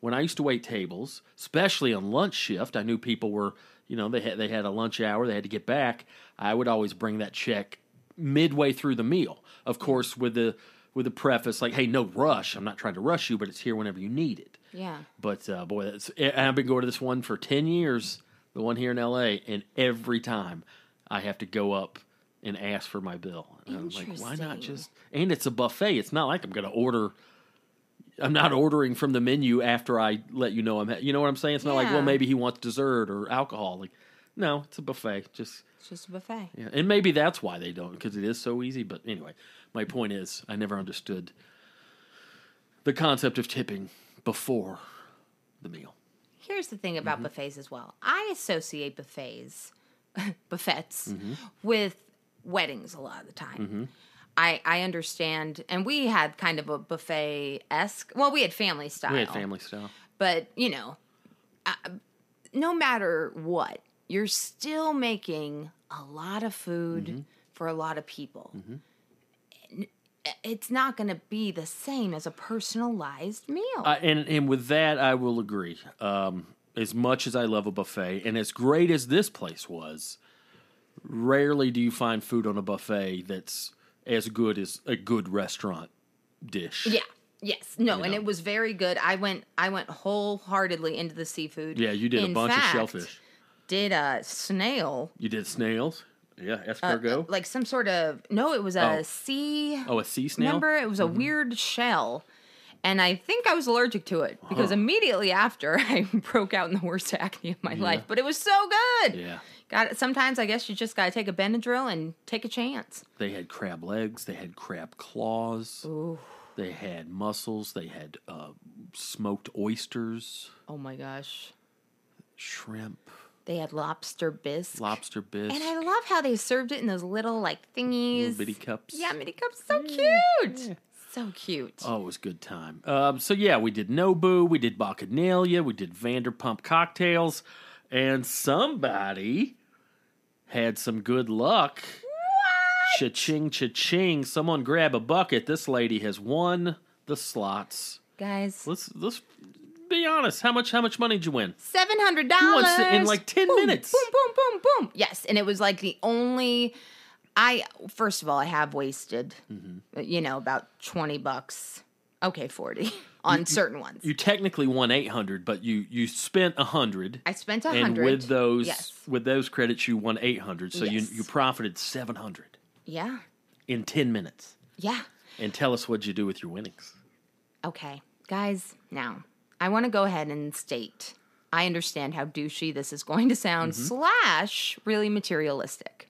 [SPEAKER 4] when I used to wait tables, especially on lunch shift, I knew people were, you know, they had they had a lunch hour, they had to get back. I would always bring that check midway through the meal. Of course, with the with the preface like, "Hey, no rush. I'm not trying to rush you, but it's here whenever you need it."
[SPEAKER 1] Yeah.
[SPEAKER 4] But uh, boy, that's, and I've been going to this one for ten years, the one here in L.A., and every time I have to go up and ask for my bill. And I'm like, why not
[SPEAKER 1] Interesting.
[SPEAKER 4] just? And it's a buffet. It's not like I'm going to order. I'm not ordering from the menu after I let you know I'm. Ha- you know what I'm saying? It's not like, well,
[SPEAKER 1] Yeah.
[SPEAKER 4] maybe he wants dessert or alcohol. Like, no, it's a buffet. Just
[SPEAKER 1] It's just a buffet.
[SPEAKER 4] yeah, and maybe that's why they don't because it is so easy. But anyway, my point is, I never understood the concept of tipping before the meal.
[SPEAKER 1] Here's the thing about buffets as well. I associate buffets, buffets, with weddings a lot of the time. I I understand, and we had kind of a buffet esque. Well, we had family style.
[SPEAKER 4] We had family style.
[SPEAKER 1] but you know, I, no matter what, you're still making a lot of food for a lot of people. N- It's not going to be the same as a personalized meal.
[SPEAKER 4] I, and and with that, I will agree. Um, as much as I love a buffet, and as great as this place was, rarely do you find food on a buffet that's as good as a good restaurant dish.
[SPEAKER 1] Yeah. Yes. No. and
[SPEAKER 4] know.
[SPEAKER 1] it was very good. I went. I went wholeheartedly into the seafood.
[SPEAKER 4] yeah. You did
[SPEAKER 1] In
[SPEAKER 4] a bunch
[SPEAKER 1] fact,
[SPEAKER 4] of shellfish.
[SPEAKER 1] Did a snail? uh,
[SPEAKER 4] You did snails. Yeah, escargot.
[SPEAKER 1] Like some sort of no. It was a
[SPEAKER 4] Oh.
[SPEAKER 1] sea.
[SPEAKER 4] oh, a sea snail. Mm-hmm.
[SPEAKER 1] Remember, it was a weird shell. And I think I was allergic to it because immediately after I broke out in the worst acne of my life. But it was so good.
[SPEAKER 4] Yeah.
[SPEAKER 1] Got it. Sometimes I guess you just gotta take a Benadryl and take a chance.
[SPEAKER 4] They had crab legs. They had crab claws. They had mussels. They had uh, smoked oysters,
[SPEAKER 1] Oh my gosh.
[SPEAKER 4] shrimp,
[SPEAKER 1] They had lobster bisque.
[SPEAKER 4] lobster bisque,
[SPEAKER 1] And I love how they served it in those little like thingies.
[SPEAKER 4] little bitty cups.
[SPEAKER 1] Yeah, mini cups. So cute. So cute.
[SPEAKER 4] Oh, it was a good time. Um, so yeah, we did Nobu, we did Bacchanalia, we did Vanderpump cocktails, and somebody had some good luck. What? Cha-ching, cha-ching. Someone grab a bucket. This lady has won the slots.
[SPEAKER 1] Guys,
[SPEAKER 4] Let's let's be honest. How much how much money did you win?
[SPEAKER 1] seven hundred
[SPEAKER 4] won
[SPEAKER 1] dollars
[SPEAKER 4] it in, like, 10 minutes.
[SPEAKER 1] Boom, boom, boom, boom. Yes, and it was like the only. uh,
[SPEAKER 4] Mm-hmm.
[SPEAKER 1] I first of all, I have wasted, you know, about twenty bucks Okay, 40 on certain ones.
[SPEAKER 4] You technically won eight hundred, but you you spent a hundred.
[SPEAKER 1] I spent a
[SPEAKER 4] And
[SPEAKER 1] hundred.
[SPEAKER 4] with those
[SPEAKER 1] yes,
[SPEAKER 4] with those credits, you won eight hundred. So
[SPEAKER 1] Yes.
[SPEAKER 4] you you profited seven hundred
[SPEAKER 1] yeah,
[SPEAKER 4] in ten minutes.
[SPEAKER 1] yeah.
[SPEAKER 4] And tell us what you do with your winnings.
[SPEAKER 1] Okay, guys, now I want to go ahead and state I understand how douchey this is going to sound,
[SPEAKER 4] Mm-hmm.
[SPEAKER 1] slash, really materialistic.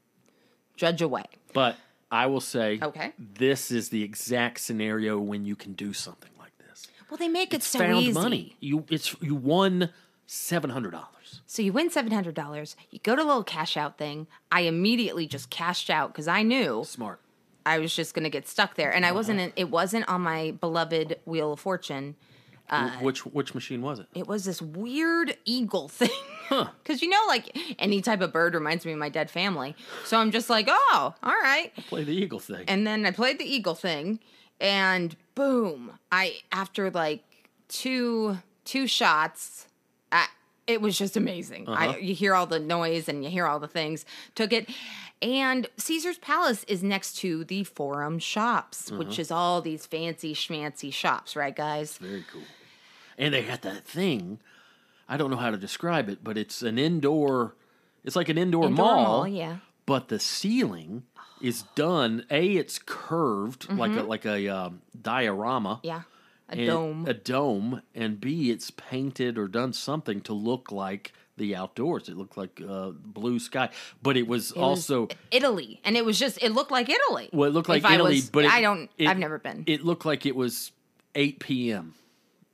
[SPEAKER 1] Judge away.
[SPEAKER 4] But I will say,
[SPEAKER 1] Okay.
[SPEAKER 4] this is the exact scenario when you can do something like this.
[SPEAKER 1] Well, they make it so
[SPEAKER 4] Found
[SPEAKER 1] easy.
[SPEAKER 4] money. You it's you won seven hundred dollars.
[SPEAKER 1] So you win seven hundred dollars. You go to a little cash out thing. I immediately just cashed out because I knew
[SPEAKER 4] Smart.
[SPEAKER 1] I was just going to get stuck there, and I wasn't. In, it wasn't on my beloved Wheel of Fortune. Uh,
[SPEAKER 4] Wh- which which machine was it?
[SPEAKER 1] It was this weird eagle thing. Because you know, like any type of bird reminds me of my dead family. So I'm just like, oh, all right.
[SPEAKER 4] Play the eagle thing.
[SPEAKER 1] And then I played the eagle thing, and boom! I after like two two shots, I, it was just amazing.
[SPEAKER 4] Uh-huh.
[SPEAKER 1] I, you hear all the noise and you hear all the things. Took it, and Caesar's Palace is next to the Forum Shops,
[SPEAKER 4] Mm-hmm.
[SPEAKER 1] which is all these fancy schmancy shops, right, guys?
[SPEAKER 4] Very cool. And they had that thing. I don't know how to describe it, but it's an indoor. It's like an indoor,
[SPEAKER 1] Indoor
[SPEAKER 4] mall,
[SPEAKER 1] mall, yeah.
[SPEAKER 4] But the ceiling is done. A, it's curved like a, like a um, diorama.
[SPEAKER 1] Mm-hmm. Yeah, a
[SPEAKER 4] and-
[SPEAKER 1] dome.
[SPEAKER 4] A dome, and B, it's painted or done something to look like the outdoors. It looked like uh, blue sky, but it was
[SPEAKER 1] It was
[SPEAKER 4] also
[SPEAKER 1] Italy, and it was just it looked like Italy.
[SPEAKER 4] well, it looked like
[SPEAKER 1] If I
[SPEAKER 4] Italy,
[SPEAKER 1] was-
[SPEAKER 4] but it-
[SPEAKER 1] I don't.
[SPEAKER 4] it-
[SPEAKER 1] I've never been.
[SPEAKER 4] It looked like it was eight p.m.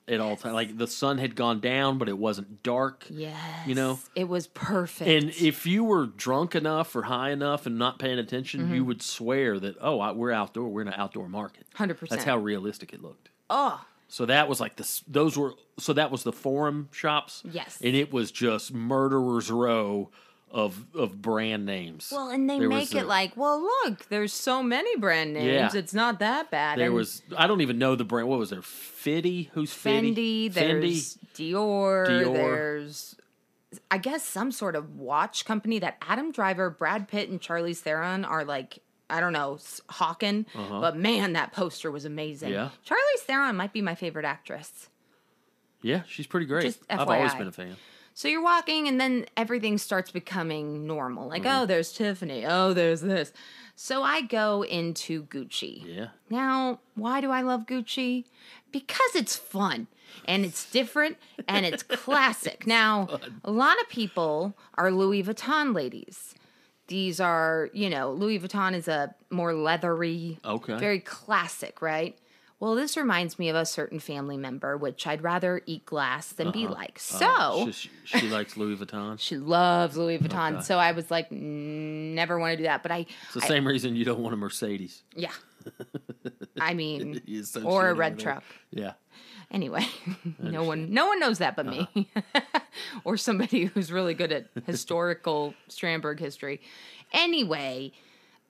[SPEAKER 4] at all time. Like the sun had gone down, but it wasn't dark.
[SPEAKER 1] yes,
[SPEAKER 4] you know,
[SPEAKER 1] it was perfect.
[SPEAKER 4] and if you were drunk enough or high enough and not paying attention,
[SPEAKER 1] Mm-hmm.
[SPEAKER 4] you would swear that oh, I, we're outdoor. We're in an outdoor market.
[SPEAKER 1] 100%.
[SPEAKER 4] That's how realistic it looked.
[SPEAKER 1] oh,
[SPEAKER 4] So that was like this. Those were so that was the forum shops.
[SPEAKER 1] Yes.
[SPEAKER 4] and it was just murderers row of of brand names.
[SPEAKER 1] Well, and they
[SPEAKER 4] There was
[SPEAKER 1] make it
[SPEAKER 4] a-
[SPEAKER 1] like, well, look, there's so many brand names.
[SPEAKER 4] Yeah.
[SPEAKER 1] It's not that bad.
[SPEAKER 4] There
[SPEAKER 1] And
[SPEAKER 4] was I don't even know the brand. What was there? Fitty? Who's Fitty?
[SPEAKER 1] Fendi, there's Dior,
[SPEAKER 4] Dior.
[SPEAKER 1] there's I guess some sort of watch company that Adam Driver, Brad Pitt, and Charlize Theron are like I don't know s- hawking, but man, that poster was amazing.
[SPEAKER 4] Uh-huh. Yeah.
[SPEAKER 1] Charlize Theron might be my favorite actress.
[SPEAKER 4] Yeah, she's pretty great.
[SPEAKER 1] Just
[SPEAKER 4] I've always
[SPEAKER 1] FYI.
[SPEAKER 4] been a fan.
[SPEAKER 1] So you're walking, and then everything starts becoming normal. Like,
[SPEAKER 4] Mm-hmm.
[SPEAKER 1] oh, there's Tiffany. Oh, there's this. So I go into Gucci.
[SPEAKER 4] Yeah.
[SPEAKER 1] Now, why do I love Gucci? Because it's fun and it's different and it's classic. Now, a lot of people are Louis Vuitton ladies. These are, you know, Louis Vuitton is a more leathery,
[SPEAKER 4] Okay.
[SPEAKER 1] very classic, right? Well, this reminds me of a certain family member, which I'd rather eat glass than
[SPEAKER 4] Uh-huh.
[SPEAKER 1] be like.
[SPEAKER 4] Oh,
[SPEAKER 1] So,
[SPEAKER 4] she, she, she likes Louis Vuitton.
[SPEAKER 1] she loves Louis Vuitton. So I was like, never want to do that. But I,
[SPEAKER 4] It's the same reason you don't want a Mercedes.
[SPEAKER 1] yeah. I mean,
[SPEAKER 4] You associate
[SPEAKER 1] or a
[SPEAKER 4] it with
[SPEAKER 1] red
[SPEAKER 4] it.
[SPEAKER 1] truck.
[SPEAKER 4] Yeah.
[SPEAKER 1] Anyway, no one, no one knows that but me, or somebody who's really good at historical Strandberg history. Anyway,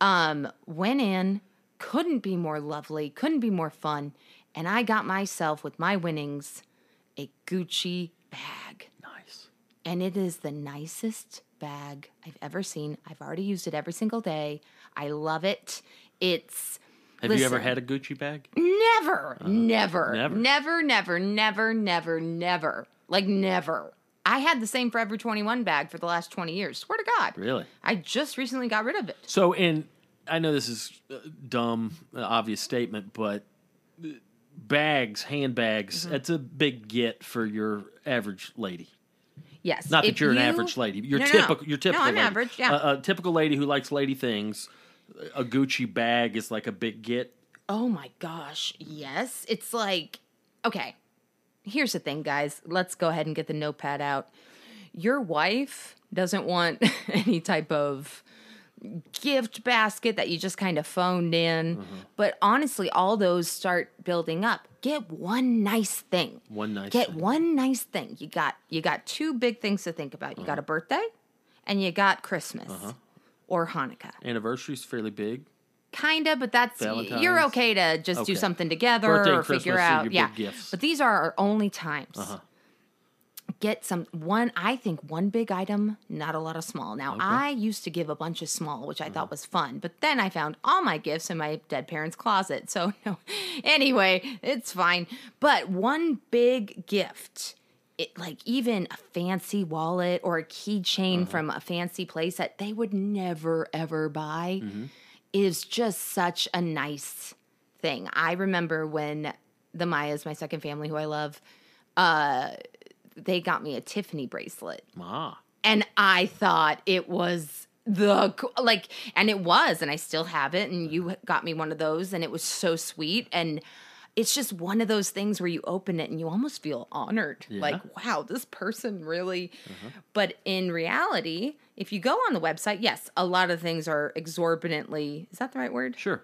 [SPEAKER 1] um, went in, couldn't be more lovely, couldn't be more fun, and I got myself with my winnings a Gucci bag.
[SPEAKER 4] Nice.
[SPEAKER 1] and it is the nicest bag I've ever seen. I've already used it every single day. I love it. It's
[SPEAKER 4] Have you ever
[SPEAKER 1] Listen. Mm.
[SPEAKER 4] had a Gucci bag?
[SPEAKER 1] never, never,
[SPEAKER 4] Uh, never.
[SPEAKER 1] never, never, never, never, never, never, like never. I had the same Forever 21 bag for the last 20 years. Swear to God.
[SPEAKER 4] Really?
[SPEAKER 1] I just recently got rid of it.
[SPEAKER 4] So, and I know this is uh, dumb, uh, obvious statement, but uh, bags, handbags,
[SPEAKER 1] Mm-hmm.
[SPEAKER 4] that's a big get for your average lady.
[SPEAKER 1] Yes.
[SPEAKER 4] Not
[SPEAKER 1] if
[SPEAKER 4] that you're
[SPEAKER 1] you-
[SPEAKER 4] an average lady. You're
[SPEAKER 1] No, no, no.
[SPEAKER 4] typical. You're typical.
[SPEAKER 1] No, I'm
[SPEAKER 4] lady.
[SPEAKER 1] average. Yeah.
[SPEAKER 4] A, a typical lady who likes lady things. A Gucci bag is like a big get.
[SPEAKER 1] Oh my gosh. Yes. It's like, okay, here's the thing, guys. Let's go ahead and get the notepad out. Your wife doesn't want any type of gift basket that you just kind of phoned in.
[SPEAKER 4] Mm-hmm.
[SPEAKER 1] But honestly, all those start building up. Get one nice thing.
[SPEAKER 4] One nice
[SPEAKER 1] Get
[SPEAKER 4] thing.
[SPEAKER 1] one nice thing. You got you got two big things to think about. You
[SPEAKER 4] Uh-huh.
[SPEAKER 1] got a birthday and you got Christmas or Hanukkah
[SPEAKER 4] Anniversary's fairly big.
[SPEAKER 1] kind of, but that's you're
[SPEAKER 4] Valentine's.
[SPEAKER 1] okay to just
[SPEAKER 4] Okay.
[SPEAKER 1] do something together
[SPEAKER 4] Birthday and
[SPEAKER 1] or figure
[SPEAKER 4] Christmas are
[SPEAKER 1] out.
[SPEAKER 4] your
[SPEAKER 1] yeah,
[SPEAKER 4] big gifts.
[SPEAKER 1] but these are our only times. get some one i think one big item not a lot of small now i used to give a bunch of small which i
[SPEAKER 4] Uh-huh.
[SPEAKER 1] thought was fun but then i found all my gifts in my dead parents closet so no anyway it's fine but one big gift it, like even a fancy wallet or a keychain
[SPEAKER 4] Uh-huh.
[SPEAKER 1] from a fancy place that they would never ever buy
[SPEAKER 4] Mm-hmm.
[SPEAKER 1] is just such a nice thing. I remember when the Mayas, my second family who I love, uh, they got me a Tiffany bracelet.
[SPEAKER 4] Ma.
[SPEAKER 1] And I thought it was the co- like and it was and I still have it and you got me one of those and it was so sweet and it's just one of those things where you open it and you almost feel honored like wow this person really but in reality if you go on the website yes a lot of things are exorbitantly is that the right word
[SPEAKER 4] Sure.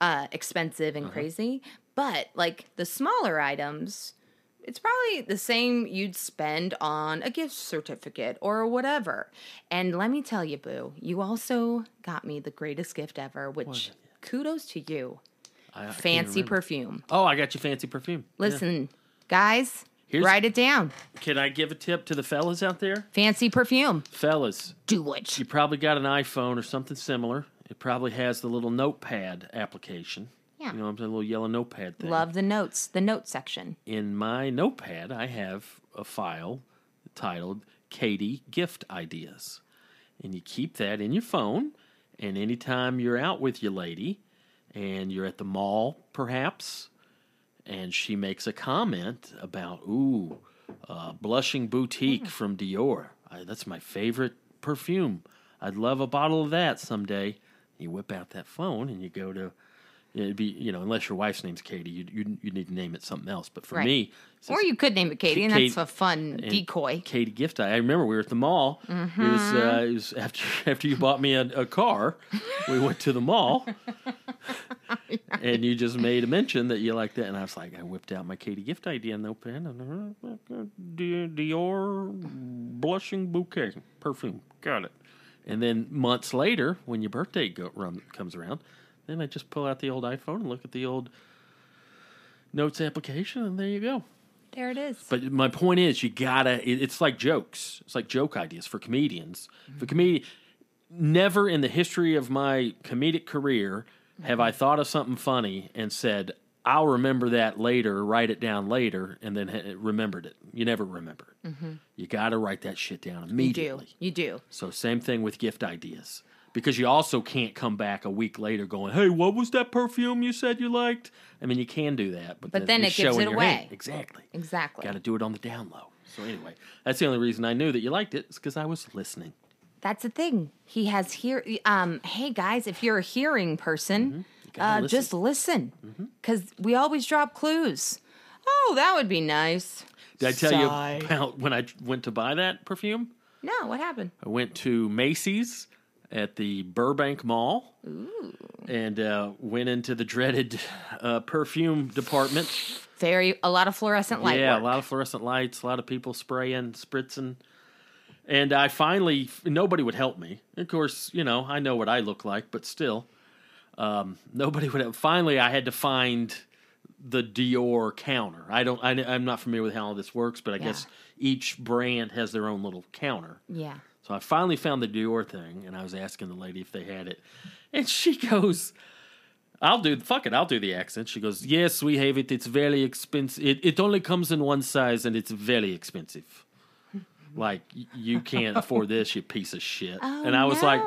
[SPEAKER 1] uh, expensive
[SPEAKER 4] Mm-hmm.
[SPEAKER 1] and crazy. But like the smaller items, it's probably the same you'd spend on a gift certificate or whatever. And let me tell you, Boo, you also got me the greatest gift ever, which kudos to you.
[SPEAKER 4] I- I can't
[SPEAKER 1] Fancy
[SPEAKER 4] remember.
[SPEAKER 1] perfume.
[SPEAKER 4] Oh, I got you fancy perfume. Yeah.
[SPEAKER 1] Listen, guys,
[SPEAKER 4] Here's-
[SPEAKER 1] write it down.
[SPEAKER 4] Can I give a tip to the fellas out there?
[SPEAKER 1] Fancy perfume.
[SPEAKER 4] Fellas,
[SPEAKER 1] Do it.
[SPEAKER 4] you probably got an iPhone or something similar. It probably has the little notepad application.
[SPEAKER 1] Yeah.
[SPEAKER 4] You know what I'm saying? little yellow notepad thing.
[SPEAKER 1] Love the notes, the note section.
[SPEAKER 4] In my notepad, I have a file titled Katie Gift Ideas. And you keep that in your phone. And anytime you're out with your lady and you're at the mall, perhaps, and she makes a comment about, ooh, uh, Blushing
[SPEAKER 1] Hmm.
[SPEAKER 4] Boutique from Dior. I, that's my favorite perfume. I'd love a bottle of that someday. You whip out that phone and you go to, it'd be, you know, unless your wife's name's Katie, you you you need to name it something else. But for
[SPEAKER 1] Right.
[SPEAKER 4] me,
[SPEAKER 1] Or
[SPEAKER 4] since-
[SPEAKER 1] you could name it Katie, and
[SPEAKER 4] Kate-
[SPEAKER 1] that's a fun
[SPEAKER 4] and
[SPEAKER 1] decoy.
[SPEAKER 4] Katie Gift. I remember we were at the mall. It was uh, it was after after you bought me a, a car. we went to the mall, and you just made a mention that you liked that, and I was like, I whipped out my Katie Gift idea notepad, and uh, Dior blushing bouquet perfume. Got it. And then months later, when your birthday go, run, comes around, then I just pull out the old iPhone and look at the old notes application, and there you go.
[SPEAKER 1] There it is.
[SPEAKER 4] But my point is, you gotta. It, it's like jokes. It's like joke ideas for comedians. For
[SPEAKER 1] Mm-hmm.
[SPEAKER 4] comedian, never in the history of my comedic career have
[SPEAKER 1] Mm-hmm.
[SPEAKER 4] I thought of something funny and said, "I'll remember that later. Write it down later," and then ha- remembered it. You never remember. It. You gotta write that shit down
[SPEAKER 1] Mm-hmm. you do.
[SPEAKER 4] immediately.
[SPEAKER 1] You do.
[SPEAKER 4] So same thing with gift ideas. Because you also can't come back a week later going, "Hey, what was that perfume you said you liked?" I mean, you can do that, but,
[SPEAKER 1] But then
[SPEAKER 4] you're
[SPEAKER 1] it gives
[SPEAKER 4] showing
[SPEAKER 1] it
[SPEAKER 4] your hand.
[SPEAKER 1] away.
[SPEAKER 4] Exactly.
[SPEAKER 1] Exactly.
[SPEAKER 4] Got to do it on the down low. So anyway, that's the only reason I knew that you liked it is because I was listening.
[SPEAKER 1] That's the thing. He has hear. Um, hey guys, if you're a hearing person, uh,
[SPEAKER 4] Mm-hmm. gotta Mm-hmm.
[SPEAKER 1] just listen, because we always drop clues. Oh, that would be nice.
[SPEAKER 4] Did I tell
[SPEAKER 1] Sigh.
[SPEAKER 4] you about when I went to buy that perfume?
[SPEAKER 1] No, what happened?
[SPEAKER 4] I went to Macy's at the Burbank Mall and uh, went into the dreaded uh, perfume department.
[SPEAKER 1] Very a lot of fluorescent light.
[SPEAKER 4] yeah,
[SPEAKER 1] work.
[SPEAKER 4] a lot of fluorescent lights, a lot of people spraying, spritzing. And I finally, nobody would help me. Of course, you know, I know what I look like, but still, um, nobody would. Help. Finally, I had to find the Dior counter. I don't, I, I'm not familiar with how all this works, but I guess each brand has their own little counter.
[SPEAKER 1] Yeah.
[SPEAKER 4] So I finally found the Dior thing, and I was asking the lady if they had it, and she goes, "I'll do fuck it, I'll do the accent." She goes, "Yes, we have it. It's very expensive. It it only comes in one size, and it's very expensive. Like y- you can't afford this, you piece of shit."
[SPEAKER 1] Oh,
[SPEAKER 4] and I was
[SPEAKER 1] no.
[SPEAKER 4] like,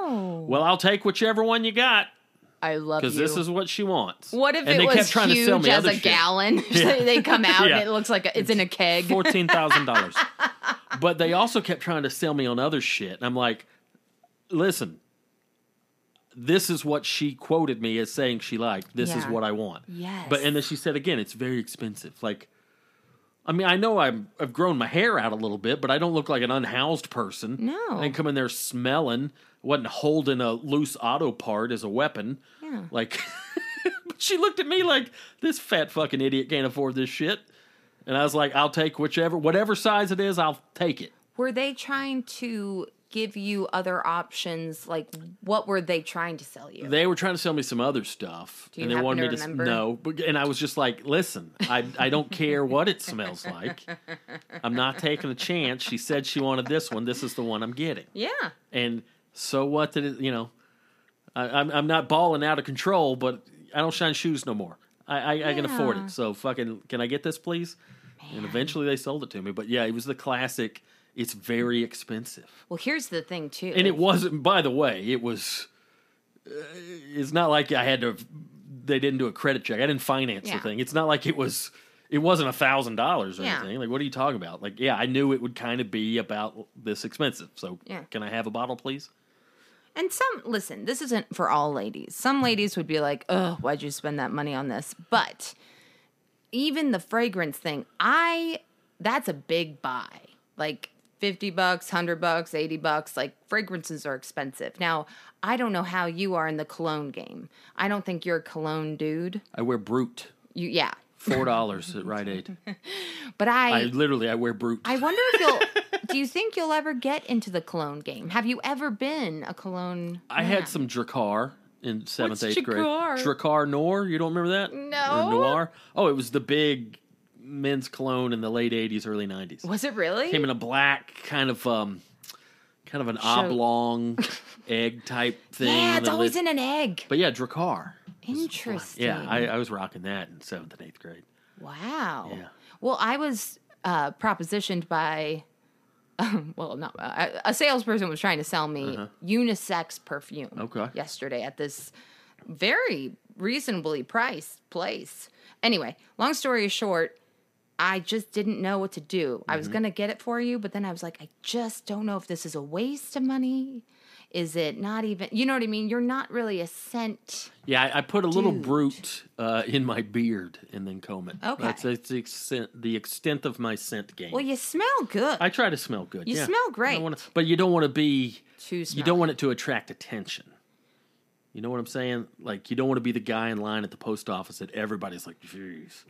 [SPEAKER 4] "Well, I'll take whichever one you got."
[SPEAKER 1] I love you.
[SPEAKER 4] Because this is what she wants.
[SPEAKER 1] what if
[SPEAKER 4] and
[SPEAKER 1] it
[SPEAKER 4] they
[SPEAKER 1] was
[SPEAKER 4] kept trying
[SPEAKER 1] huge
[SPEAKER 4] to sell me
[SPEAKER 1] as
[SPEAKER 4] other
[SPEAKER 1] a
[SPEAKER 4] shit.
[SPEAKER 1] gallon? So they come out
[SPEAKER 4] Yeah.
[SPEAKER 1] and it looks like a, it's in a keg.
[SPEAKER 4] fourteen thousand dollars. but they also kept trying to sell me on other shit, and I'm like, listen, this is what she quoted me as saying she liked. This is
[SPEAKER 1] Yeah.
[SPEAKER 4] what I want.
[SPEAKER 1] Yes.
[SPEAKER 4] But and then she said again, it's very expensive. Like, I mean, I know I'm, I've grown my hair out a little bit, but I don't look like an unhoused person.
[SPEAKER 1] No.
[SPEAKER 4] I didn't come in there smelling. wasn't holding a loose auto part as a weapon.
[SPEAKER 1] Yeah.
[SPEAKER 4] Like. but She looked at me like this fat fucking idiot can't afford this shit. And I was like, I'll take whichever, whatever size it is, I'll take it.
[SPEAKER 1] Were they trying to give you other options? Like, what were they trying to sell you?
[SPEAKER 4] They were trying to sell me some other stuff,
[SPEAKER 1] Do you
[SPEAKER 4] and they
[SPEAKER 1] happen
[SPEAKER 4] wanted
[SPEAKER 1] to
[SPEAKER 4] me to s-
[SPEAKER 1] remember?
[SPEAKER 4] no. But, and I was just like, "Listen, I I don't care what it smells like. I'm not taking a chance." She said she wanted this one. This is the one I'm getting.
[SPEAKER 1] yeah.
[SPEAKER 4] And so what did it? You know, I, I'm I'm not balling out of control, but I don't shine shoes no more. I I, I can afford
[SPEAKER 1] Yeah.
[SPEAKER 4] it. So fucking, can I get this, please? And eventually they sold it to me. But yeah, it was the classic. It's very expensive.
[SPEAKER 1] Well, here's the thing too.
[SPEAKER 4] and it wasn't by the way it was uh, it's not like i had to they didn't do a credit check i didn't finance
[SPEAKER 1] Yeah.
[SPEAKER 4] the thing it's not like it was it wasn't a thousand dollars or
[SPEAKER 1] Yeah.
[SPEAKER 4] anything like what are you talking about like yeah i knew it would kind of be about this expensive so
[SPEAKER 1] Yeah.
[SPEAKER 4] can i have a bottle please
[SPEAKER 1] And some, listen, this isn't for all ladies. Some ladies would be like, oh, why'd you spend that money on this? But even the fragrance thing, I, that's a big buy. Like 50 bucks, 100 bucks, 80 bucks. Like fragrances are expensive. Now, I don't know how you are in the cologne game. I don't think you're a cologne dude.
[SPEAKER 4] i wear brute
[SPEAKER 1] You, yeah.
[SPEAKER 4] four dollars at rite aid
[SPEAKER 1] But
[SPEAKER 4] i literally i wear brute
[SPEAKER 1] I wonder if you'll. do you think you'll ever get into the cologne game? Have you ever been a cologne?
[SPEAKER 4] I had some Dracar in seventh,
[SPEAKER 1] What's
[SPEAKER 4] eighth
[SPEAKER 1] Drakkar?
[SPEAKER 4] grade. Dracar Noir, you don't remember that?
[SPEAKER 1] No.
[SPEAKER 4] Or Noir? Oh, it was the big men's cologne in the late eighties, early nineties.
[SPEAKER 1] Was it really?
[SPEAKER 4] Came in a black kind of um, kind of an oblong egg type thing.
[SPEAKER 1] yeah,
[SPEAKER 4] and
[SPEAKER 1] it's
[SPEAKER 4] then
[SPEAKER 1] always
[SPEAKER 4] lit-
[SPEAKER 1] in an egg.
[SPEAKER 4] But yeah, Dracar.
[SPEAKER 1] Interesting.
[SPEAKER 4] Yeah, I, I was rocking that in seventh and eighth grade.
[SPEAKER 1] wow.
[SPEAKER 4] Yeah.
[SPEAKER 1] Well, I was uh, propositioned by, well, not uh, a salesperson was trying to sell me unisex perfume.
[SPEAKER 4] Uh-huh. Okay.
[SPEAKER 1] Yesterday at this very reasonably priced place. Anyway, long story short. I just didn't know what to do. I
[SPEAKER 4] Mm-hmm.
[SPEAKER 1] was going to get it for you, but then I was like, I just don't know if this is a waste of money. Is it not even, you know what I mean? You're not really a scent.
[SPEAKER 4] Yeah, I, I put a little
[SPEAKER 1] Dude.
[SPEAKER 4] brute uh, in my beard and then comb it.
[SPEAKER 1] Okay.
[SPEAKER 4] that's, that's the extent the extent of my scent game.
[SPEAKER 1] Well, you smell good.
[SPEAKER 4] I try to smell good.
[SPEAKER 1] You
[SPEAKER 4] yeah.
[SPEAKER 1] smell
[SPEAKER 4] I don't
[SPEAKER 1] great.
[SPEAKER 4] wanna- but you don't want to be.
[SPEAKER 1] Too
[SPEAKER 4] You
[SPEAKER 1] smelly.
[SPEAKER 4] don't want it to attract attention. You know what I'm saying? Like you don't want to be the guy in line at the post office that everybody's like, "Jeez."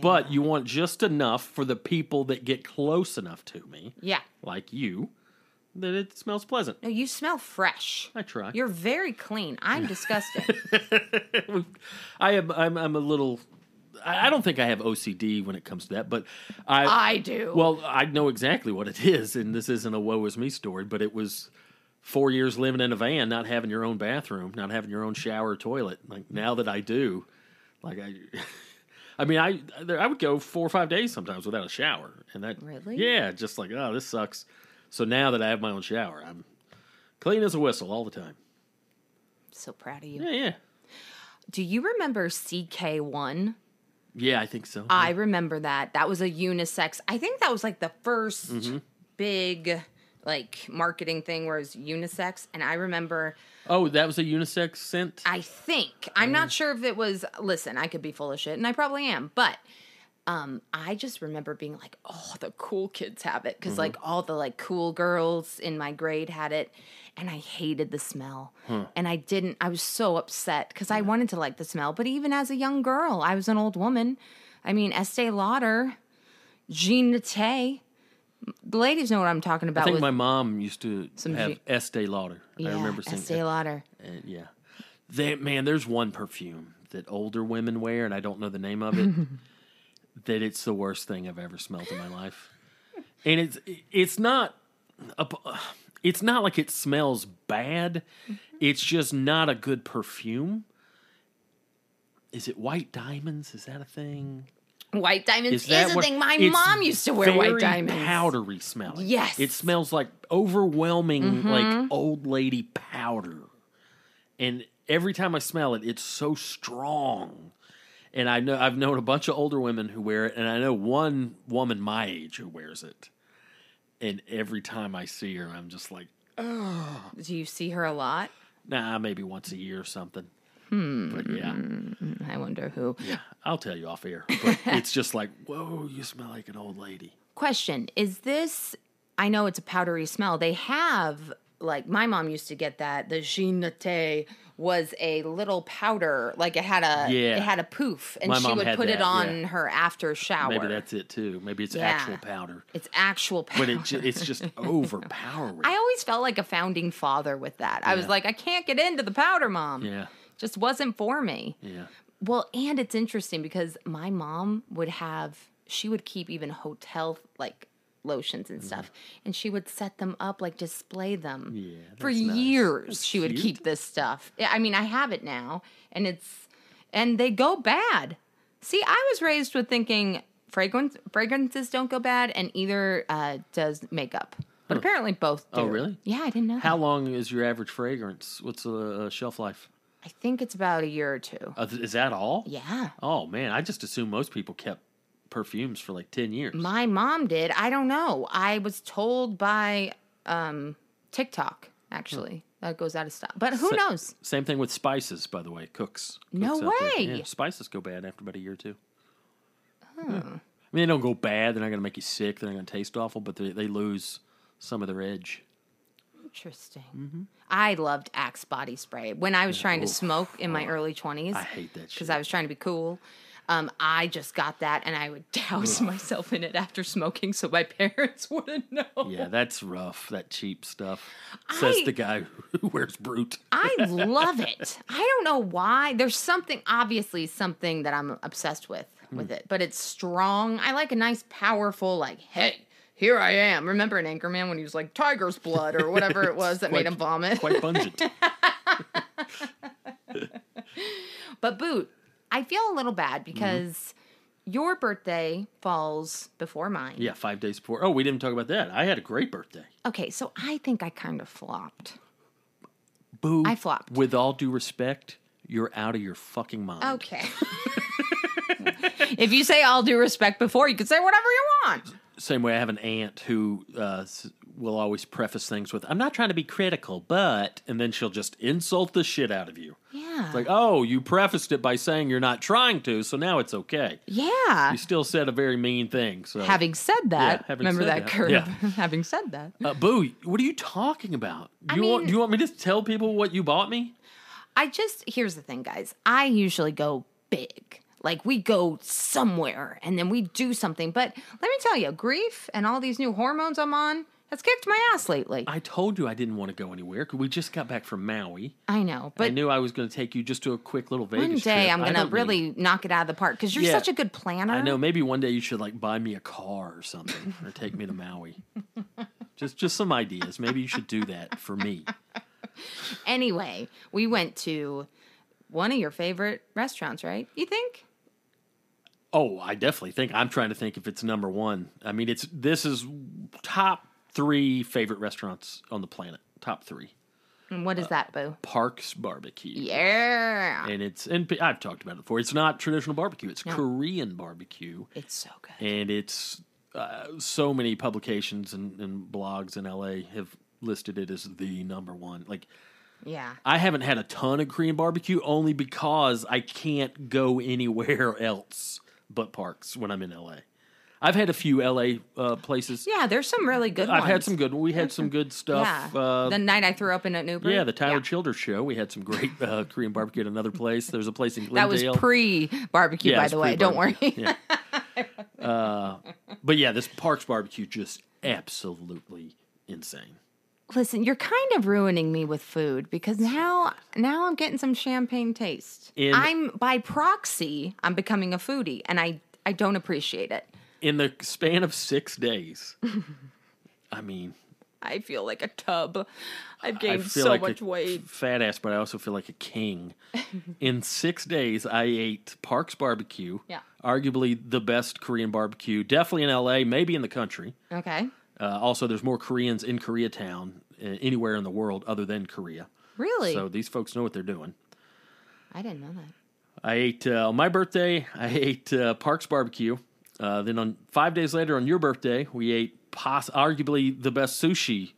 [SPEAKER 4] But you want just enough for the people that get close enough to me,
[SPEAKER 1] Yeah.
[SPEAKER 4] like you, that it smells pleasant.
[SPEAKER 1] No, you smell fresh.
[SPEAKER 4] I try.
[SPEAKER 1] You're very clean. I'm disgusted.
[SPEAKER 4] I am. I'm. I'm a little. I I don't think I have OCD when it comes to that, but I.
[SPEAKER 1] I do.
[SPEAKER 4] Well, I know exactly what it is, and this isn't a woe is me story, but it was four years living in a van, not having your own bathroom, not having your own shower or toilet. Like now that I do, like I, I mean, I there- I would go four or five days sometimes without a shower, and that
[SPEAKER 1] Really?
[SPEAKER 4] yeah, just like oh this sucks. So now that I have my own shower, I'm clean as a whistle all the time.
[SPEAKER 1] so proud of you.
[SPEAKER 4] Yeah, yeah,
[SPEAKER 1] Do you remember CK1?
[SPEAKER 4] yeah. I think so.
[SPEAKER 1] I remember that. That was a unisex. I think that was like the 1st big like marketing thing where it was unisex and I remember
[SPEAKER 4] oh, that was a unisex scent.
[SPEAKER 1] I think. I'm not
[SPEAKER 4] Mm.
[SPEAKER 1] sure if it was. Listen, I could be full of shit, and I probably am, but. Um, I just remember being like, "Oh, the cool kids have it," because
[SPEAKER 4] Mm-hmm.
[SPEAKER 1] like all the like cool girls in my grade had it, and I hated the smell,
[SPEAKER 4] Hmm.
[SPEAKER 1] and I didn't. I was so upset because
[SPEAKER 4] Mm.
[SPEAKER 1] I wanted to like the smell, but even as a young girl, I was an old woman. I mean, Estee Lauder, Jean Nite, the ladies know what I'm talking
[SPEAKER 4] I
[SPEAKER 1] about.
[SPEAKER 4] think
[SPEAKER 1] with,
[SPEAKER 4] my mom used to
[SPEAKER 1] Some
[SPEAKER 4] have
[SPEAKER 1] G-
[SPEAKER 4] Estee Lauder. I
[SPEAKER 1] Yeah,
[SPEAKER 4] remember seeing
[SPEAKER 1] Estee Lauder.
[SPEAKER 4] And yeah, they, man, there's one perfume that older women wear, and I don't know the name of it. that it's the worst thing I've ever smelled in my life, and it's it's not a, it's not like it smells bad. It's just not a good perfume. Is it white diamonds? Is that a thing?
[SPEAKER 1] White diamonds
[SPEAKER 4] Is
[SPEAKER 1] is,
[SPEAKER 4] that
[SPEAKER 1] a
[SPEAKER 4] what-
[SPEAKER 1] thing. My
[SPEAKER 4] it's
[SPEAKER 1] mom used to wear white
[SPEAKER 4] very
[SPEAKER 1] diamonds.
[SPEAKER 4] Powdery smelling.
[SPEAKER 1] Yes. Mm-hmm.
[SPEAKER 4] It smells like overwhelming, like old lady powder. And every time I smell it, it's so strong. And I know I've known a bunch of older women who wear it, and I know one woman my age who wears it. And every time I see her, I'm just like,
[SPEAKER 1] Do you see her a lot?
[SPEAKER 4] nah, maybe once a year or something. But yeah,
[SPEAKER 1] Hmm. I wonder who.
[SPEAKER 4] I'll tell you off air. But it's just like, whoa, you smell like an old lady.
[SPEAKER 1] Question Is this, I know it's a powdery smell. They have like my mom used to get that the ginette was a little powder like it had a
[SPEAKER 4] Yeah.
[SPEAKER 1] it had a poof and
[SPEAKER 4] My
[SPEAKER 1] she
[SPEAKER 4] mom
[SPEAKER 1] would
[SPEAKER 4] had
[SPEAKER 1] put it
[SPEAKER 4] that,
[SPEAKER 1] on
[SPEAKER 4] yeah.
[SPEAKER 1] her after shower
[SPEAKER 4] Maybe that's it too. Maybe it's
[SPEAKER 1] Yeah.
[SPEAKER 4] actual powder,
[SPEAKER 1] it's actual powder
[SPEAKER 4] but it ju- it's just overpowering.
[SPEAKER 1] I always felt like a founding father with that. I was
[SPEAKER 4] Yeah.
[SPEAKER 1] like, I can't get into the powder, mom.
[SPEAKER 4] yeah,
[SPEAKER 1] Just wasn't for me.
[SPEAKER 4] yeah.
[SPEAKER 1] Well, and it's interesting because my mom would have, she would keep even hotel like lotions
[SPEAKER 4] Mm-hmm.
[SPEAKER 1] and stuff, and she would set them up, like display them.
[SPEAKER 4] Yeah,
[SPEAKER 1] For
[SPEAKER 4] that's nice.
[SPEAKER 1] years,
[SPEAKER 4] That's
[SPEAKER 1] she would
[SPEAKER 4] cute.
[SPEAKER 1] keep this stuff. Yeah, I mean, I have it now, and it's, and they go bad. See, I was raised with thinking fragrance, fragrances don't go bad, and either uh, does makeup. But apparently both do.
[SPEAKER 4] Oh, really?
[SPEAKER 1] Yeah, I didn't know.
[SPEAKER 4] How
[SPEAKER 1] that.
[SPEAKER 4] long is your average fragrance? What's the uh, shelf life?
[SPEAKER 1] I think it's about a year or two.
[SPEAKER 4] Uh, th- is that all?
[SPEAKER 1] Yeah.
[SPEAKER 4] Oh man, I just assume most people kept perfumes for like ten years.
[SPEAKER 1] My mom did. I don't know. I was told by um, TikTok actually that goes out of stock, but who
[SPEAKER 4] Sa-
[SPEAKER 1] knows?
[SPEAKER 4] Same thing with spices, by the way. Cooks.
[SPEAKER 1] No
[SPEAKER 4] Cooks out there.
[SPEAKER 1] way.
[SPEAKER 4] Yeah, spices go bad after about a year or two. Yeah. I mean, they don't go bad. They're not going to make you sick. They're not going to taste awful, but they, they lose some of their edge.
[SPEAKER 1] Interesting. I loved Axe body spray when I was trying to
[SPEAKER 4] Mm-hmm. Oof. Oh,
[SPEAKER 1] smoke in my early twenties.
[SPEAKER 4] I hate that
[SPEAKER 1] because
[SPEAKER 4] shit.
[SPEAKER 1] I was trying to be cool. Um, I just got that and I would douse myself in it after smoking so my parents wouldn't know.
[SPEAKER 4] yeah, that's rough. That cheap stuff. Says
[SPEAKER 1] I-
[SPEAKER 4] the guy who wears Brute.
[SPEAKER 1] I love it. I don't know why. There's something obviously something that I'm obsessed with
[SPEAKER 4] Hmm.
[SPEAKER 1] with it, but it's strong. I like a nice, powerful, like, hey, here I am. Remember in Anchorman when he was like tiger's blood or whatever it was that made
[SPEAKER 4] Quite-
[SPEAKER 1] him vomit.
[SPEAKER 4] Quite pungent.
[SPEAKER 1] But boot, I feel a little bad
[SPEAKER 4] Mm-hmm.
[SPEAKER 1] because your birthday falls before mine.
[SPEAKER 4] yeah, five days before. Oh, we didn't talk about that. I had a great birthday.
[SPEAKER 1] Okay, so I think I kind of flopped.
[SPEAKER 4] Boo.
[SPEAKER 1] I flopped.
[SPEAKER 4] With all due respect, you're out of your fucking mind.
[SPEAKER 1] Okay. if you say all due respect before, you can say whatever you want.
[SPEAKER 4] same way I have an aunt who uh, s- will always preface things with, I'm not trying to be critical, but, and then she'll just insult the shit out of you.
[SPEAKER 1] Yeah.
[SPEAKER 4] It's like, oh, you prefaced it by saying you're not trying to, so now it's okay.
[SPEAKER 1] yeah.
[SPEAKER 4] You still said a very mean thing. So,
[SPEAKER 1] Uh, Having said that,
[SPEAKER 4] Yeah, having
[SPEAKER 1] remember
[SPEAKER 4] said
[SPEAKER 1] that,
[SPEAKER 4] that,
[SPEAKER 1] curve.
[SPEAKER 4] yeah.
[SPEAKER 1] having said that,
[SPEAKER 4] uh, Boo, what are you talking about? Do
[SPEAKER 1] I
[SPEAKER 4] you, want,
[SPEAKER 1] mean-
[SPEAKER 4] do you want me to tell people what you bought me?
[SPEAKER 1] I just here's the thing, guys. I usually go big. Like we go somewhere and then we do something. But let me tell you, grief and all these new hormones I'm on has kicked my ass lately. I,
[SPEAKER 4] I told you I didn't want to go anywhere 'cause we just got back from Maui.
[SPEAKER 1] know,
[SPEAKER 4] I
[SPEAKER 1] but
[SPEAKER 4] knew I was going to take you just to a quick little Vegas
[SPEAKER 1] one day
[SPEAKER 4] trip.
[SPEAKER 1] I'm
[SPEAKER 4] I
[SPEAKER 1] gonna
[SPEAKER 4] don't need-
[SPEAKER 1] really knock it out of the park because you're
[SPEAKER 4] Yeah.
[SPEAKER 1] such a good planner.
[SPEAKER 4] I know. Maybe one day you should like buy me a car or something, or take me to Maui. just just some ideas. Maybe you should do that for me.
[SPEAKER 1] Anyway, we went to one of your favorite restaurants, right? You think?
[SPEAKER 4] Oh, I definitely think I'm trying to think if it's number one. I mean, it's this is top three favorite restaurants on the planet. Top three.
[SPEAKER 1] And
[SPEAKER 4] Uh,
[SPEAKER 1] what is that, Boo?
[SPEAKER 4] Parks Barbecue.
[SPEAKER 1] Yeah.
[SPEAKER 4] And it's and I've talked about it before. It's not traditional barbecue. It's Korean barbecue.
[SPEAKER 1] It's so good.
[SPEAKER 4] and it's uh, so many publications and, and blogs in LA have listed it as the number one. Like
[SPEAKER 1] Yeah.
[SPEAKER 4] I haven't had a ton of Korean barbecue only because I can't go anywhere else but parks when I'm in LA. I've had a few LA uh, places.
[SPEAKER 1] Yeah, there's some really good
[SPEAKER 4] I've
[SPEAKER 1] ones.
[SPEAKER 4] had some good. We had some good
[SPEAKER 1] Yeah.
[SPEAKER 4] stuff. Uh,
[SPEAKER 1] the night I threw up in an Uber.
[SPEAKER 4] yeah, the Tyler Childers show. We had some great uh, Korean barbecue at another place. There was a place in
[SPEAKER 1] That
[SPEAKER 4] Glendale.
[SPEAKER 1] was pre barbecue,
[SPEAKER 4] Yeah,
[SPEAKER 1] by
[SPEAKER 4] it's
[SPEAKER 1] the way. Don't worry.
[SPEAKER 4] pre-barbecue. Yeah. uh, but yeah, this Parks barbecue just absolutely insane.
[SPEAKER 1] Listen, you're kind of ruining me with food because now now I'm getting some champagne taste.
[SPEAKER 4] In-
[SPEAKER 1] I'm by proxy, I'm becoming a foodie and I I don't appreciate it.
[SPEAKER 4] In the span of six days, I mean,
[SPEAKER 1] I feel like a tub. I've
[SPEAKER 4] I
[SPEAKER 1] gained
[SPEAKER 4] feel
[SPEAKER 1] so
[SPEAKER 4] like
[SPEAKER 1] much
[SPEAKER 4] a
[SPEAKER 1] weight.
[SPEAKER 4] fat ass, but I also feel like a king. In six days, I ate Parks barbecue.
[SPEAKER 1] Yeah.
[SPEAKER 4] arguably the best Korean barbecue, definitely in L.A., maybe in the country.
[SPEAKER 1] Okay.
[SPEAKER 4] Uh, also, there's more Koreans in Koreatown uh, anywhere in the world other than Korea.
[SPEAKER 1] Really?
[SPEAKER 4] So these folks know what they're doing.
[SPEAKER 1] I didn't know that.
[SPEAKER 4] I ate uh, on my birthday. I ate uh, Parks Barbecue. Uh, then on five days later, on your birthday, we ate pos- arguably the best sushi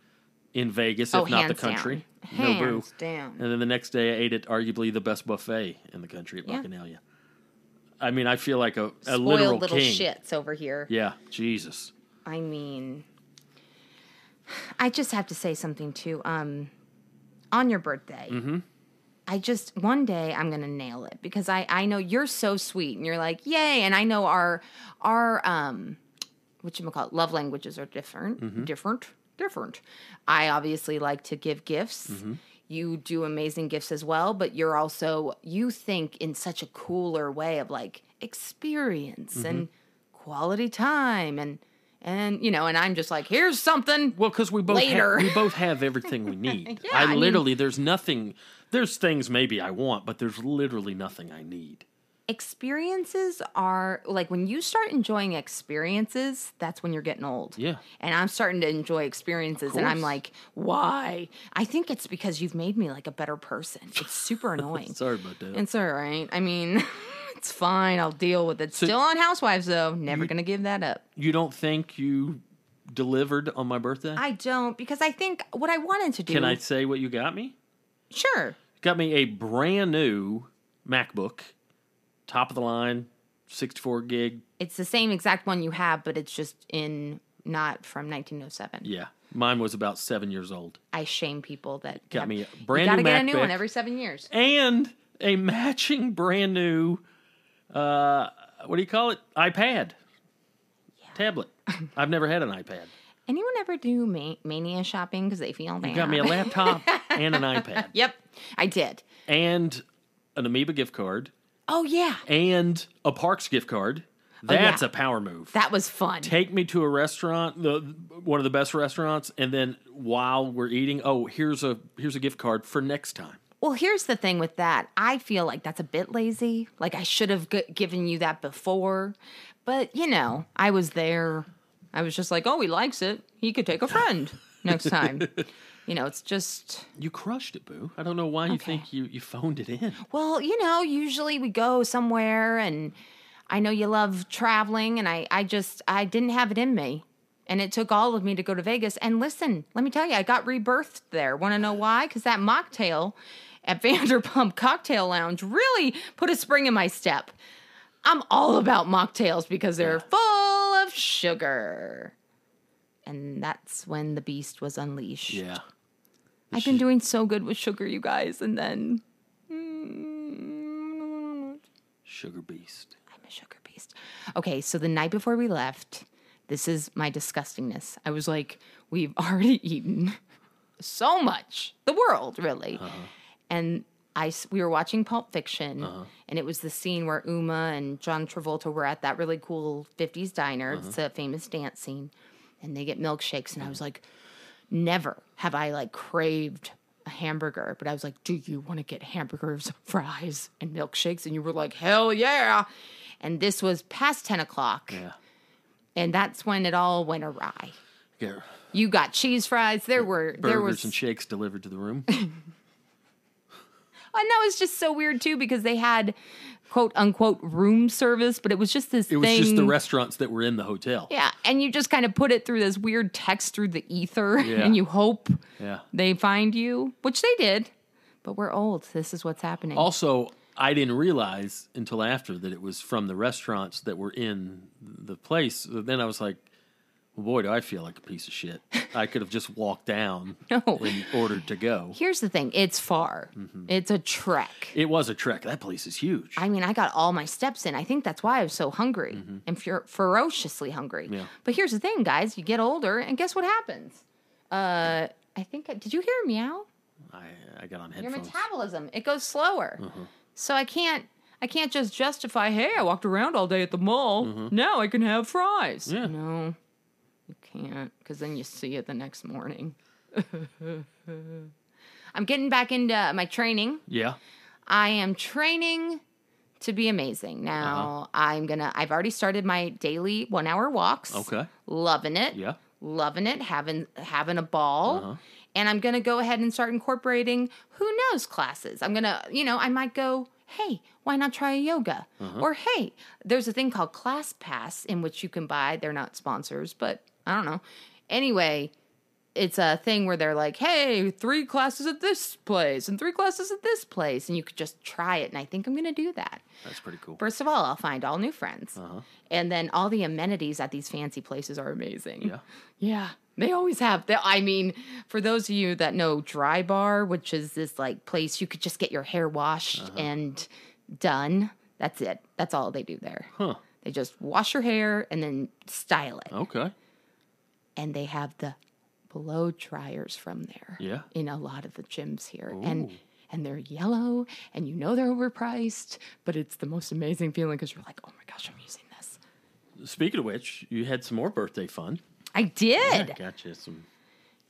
[SPEAKER 4] in Vegas,
[SPEAKER 1] Oh,
[SPEAKER 4] if not the
[SPEAKER 1] hands
[SPEAKER 4] country.
[SPEAKER 1] down.
[SPEAKER 4] No boo.
[SPEAKER 1] Hands down.
[SPEAKER 4] And then the next day, I ate at arguably the best buffet in the country at
[SPEAKER 1] Yeah.
[SPEAKER 4] Bacchanalia. I mean, I feel like a, a
[SPEAKER 1] Spoiled
[SPEAKER 4] literal
[SPEAKER 1] little
[SPEAKER 4] king.
[SPEAKER 1] shits over here.
[SPEAKER 4] Yeah, Jesus.
[SPEAKER 1] I mean, I just have to say something too. Um, on your birthday, I just one day I'm gonna nail it because I I know you're so sweet and you're like yay, and I know our our um, what you call it, love languages are different, different, different. I obviously like to give gifts. You do amazing gifts as well, but you're also you think in such a cooler way of like experience and quality time and and you know, and I'm just like here's something.
[SPEAKER 4] Well, because we both ha-
[SPEAKER 1] Later.
[SPEAKER 4] we both have everything we need.
[SPEAKER 1] Yeah, I
[SPEAKER 4] I
[SPEAKER 1] mean-
[SPEAKER 4] literally there's nothing. There's things maybe I want, but there's literally nothing I need.
[SPEAKER 1] experiences are like when you start enjoying experiences, that's when you're getting old.
[SPEAKER 4] Yeah.
[SPEAKER 1] And I'm starting to enjoy experiences and I'm
[SPEAKER 4] course.
[SPEAKER 1] like, why? I think it's because you've made me like a better person. It's super annoying.
[SPEAKER 4] Sorry about that.
[SPEAKER 1] it's all right. I mean, it's fine. I'll deal with it. Still on Housewives though. Never going to give that up.
[SPEAKER 4] you don't think you delivered on my birthday?
[SPEAKER 1] I don't because I think what I wanted to do
[SPEAKER 4] Can I say what you got me?
[SPEAKER 1] Sure.
[SPEAKER 4] got me a brand new MacBook, top of the line, 64 gig.
[SPEAKER 1] It's the same exact one you have, but it's just in not from 1907.
[SPEAKER 4] Yeah, mine was about seven years old.
[SPEAKER 1] I shame people that
[SPEAKER 4] Got
[SPEAKER 1] have-
[SPEAKER 4] me a brand
[SPEAKER 1] you gotta
[SPEAKER 4] new
[SPEAKER 1] get a new
[SPEAKER 4] MacBook.
[SPEAKER 1] one every seven years.
[SPEAKER 4] And a matching brand new, uh, what do you call it? iPad, tablet. I've never had an iPad.
[SPEAKER 1] Anyone ever do ma- mania shopping because they feel bad?
[SPEAKER 4] You got me a laptop and an iPad,
[SPEAKER 1] yep, I did.
[SPEAKER 4] and an Amoeba gift card,
[SPEAKER 1] Oh yeah,
[SPEAKER 4] and a Parks gift card. That's
[SPEAKER 1] Oh, yeah.
[SPEAKER 4] a power move.
[SPEAKER 1] that was fun.
[SPEAKER 4] take me to a restaurant, the one of the best restaurants, and then while we're eating, oh, here's a here's a gift card for next time.
[SPEAKER 1] well, here's the thing with that. I feel like that's a bit lazy. Like I should have g- given you that before, but you know, I was there. I was just like, oh, he likes it. He could take a friend next time. You know, it's just
[SPEAKER 4] You crushed it, boo. I don't know why you think you you phoned it in.
[SPEAKER 1] well, you know, usually we go somewhere and I know you love traveling and I I just I didn't have it in me. And it took all of me to go to Vegas. And listen, let me tell you, I got rebirthed there. Want to know why? Cuz that mocktail at Vanderpump Cocktail Lounge really put a spring in my step. I'm all about mocktails because they're full of sugar. And that's when the beast was unleashed.
[SPEAKER 4] Yeah.
[SPEAKER 1] I've been doing so good with sugar, you guys, and then Mm,
[SPEAKER 4] Sugar beast.
[SPEAKER 1] I'm a sugar beast. Okay, so the night before we left, this is my disgustingness. I was like, we've already eaten so much, the world really, and. I, s- we were watching Pulp Fiction, and it was the scene where Uma and John Travolta were at that really cool 50s diner. It's a famous dance scene, and they get milkshakes. And I was like, never have I like craved a hamburger, but I was like, do you want to get hamburgers, fries, and milkshakes? And you were like, hell yeah. And this was past 10 o'clock.
[SPEAKER 4] Yeah.
[SPEAKER 1] And that's when it all went awry.
[SPEAKER 4] Get
[SPEAKER 1] You got cheese fries. There were, there
[SPEAKER 4] burgers
[SPEAKER 1] was,
[SPEAKER 4] and shakes delivered to the room.
[SPEAKER 1] and that was Oh, just so weird too because they had quote unquote room service, but it was just this
[SPEAKER 4] It was
[SPEAKER 1] thing.
[SPEAKER 4] just the restaurants that were in the hotel.
[SPEAKER 1] Yeah. And you just kind of put it through this weird text through the ether
[SPEAKER 4] Yeah.
[SPEAKER 1] and you hope
[SPEAKER 4] Yeah.
[SPEAKER 1] they find you, which they did. But we're old. This is what's happening.
[SPEAKER 4] Also, I didn't realize until after that it was from the restaurants that were in the place. Then I was like, well, boy, do I feel like a piece of shit. I could have just walked down
[SPEAKER 1] No.
[SPEAKER 4] and ordered to go.
[SPEAKER 1] Here's the thing it's far,
[SPEAKER 4] Mm-hmm.
[SPEAKER 1] it's a trek.
[SPEAKER 4] It was a trek. That place is huge.
[SPEAKER 1] I mean, I got all my steps in. I think that's why I was so hungry and fer- ferociously hungry.
[SPEAKER 4] Mm-hmm. Yeah.
[SPEAKER 1] But here's the thing, guys you get older, and guess what happens? Uh, I think, did you hear a meow?
[SPEAKER 4] I, I got on
[SPEAKER 1] Your
[SPEAKER 4] headphones. Uh-huh.
[SPEAKER 1] metabolism, it goes slower. So I can't. I can't just justify, hey, I walked around all day at the mall. Now I can have fries.
[SPEAKER 4] Mm-hmm. Yeah.
[SPEAKER 1] No, you can't, because then you see it the next morning. I'm getting back into my training.
[SPEAKER 4] yeah.
[SPEAKER 1] I am training to be amazing.
[SPEAKER 4] Uh-huh.
[SPEAKER 1] Now I'm gonna. I've already started my daily one hour walks.
[SPEAKER 4] Okay.
[SPEAKER 1] loving it.
[SPEAKER 4] Yeah.
[SPEAKER 1] loving it. Having having a ball. And I'm gonna go ahead and start incorporating who knows classes. I'm gonna, you know, I might go. Hey, why not try a yoga? Or hey, there's a thing called Class Pass in which you can buy. They're not sponsors, but I don't know. Anyway, it's a thing where they're like, "Hey, three classes at this place and three classes at this place," and you could just try it. And I think I'm going to do that.
[SPEAKER 4] That's pretty cool.
[SPEAKER 1] First of all, I'll find all new friends,
[SPEAKER 4] Uh-huh.
[SPEAKER 1] and then all the amenities at these fancy places are amazing.
[SPEAKER 4] Yeah.
[SPEAKER 1] Yeah, they always have. They, I mean, for those of you that know Dry Bar, which is this like place you could just get your hair washed
[SPEAKER 4] Uh-huh.
[SPEAKER 1] and done. That's it. That's all they do there.
[SPEAKER 4] Huh.
[SPEAKER 1] They just wash your hair and then style it.
[SPEAKER 4] Okay.
[SPEAKER 1] And they have the blow dryers from there.
[SPEAKER 4] Yeah.
[SPEAKER 1] In a lot of the gyms here. And and they're yellow and you know they're overpriced, but it's the most amazing feeling because you're like, oh my gosh, I'm using this.
[SPEAKER 4] Speaking of which, you had some more birthday fun.
[SPEAKER 1] I did.
[SPEAKER 4] Gotcha. Some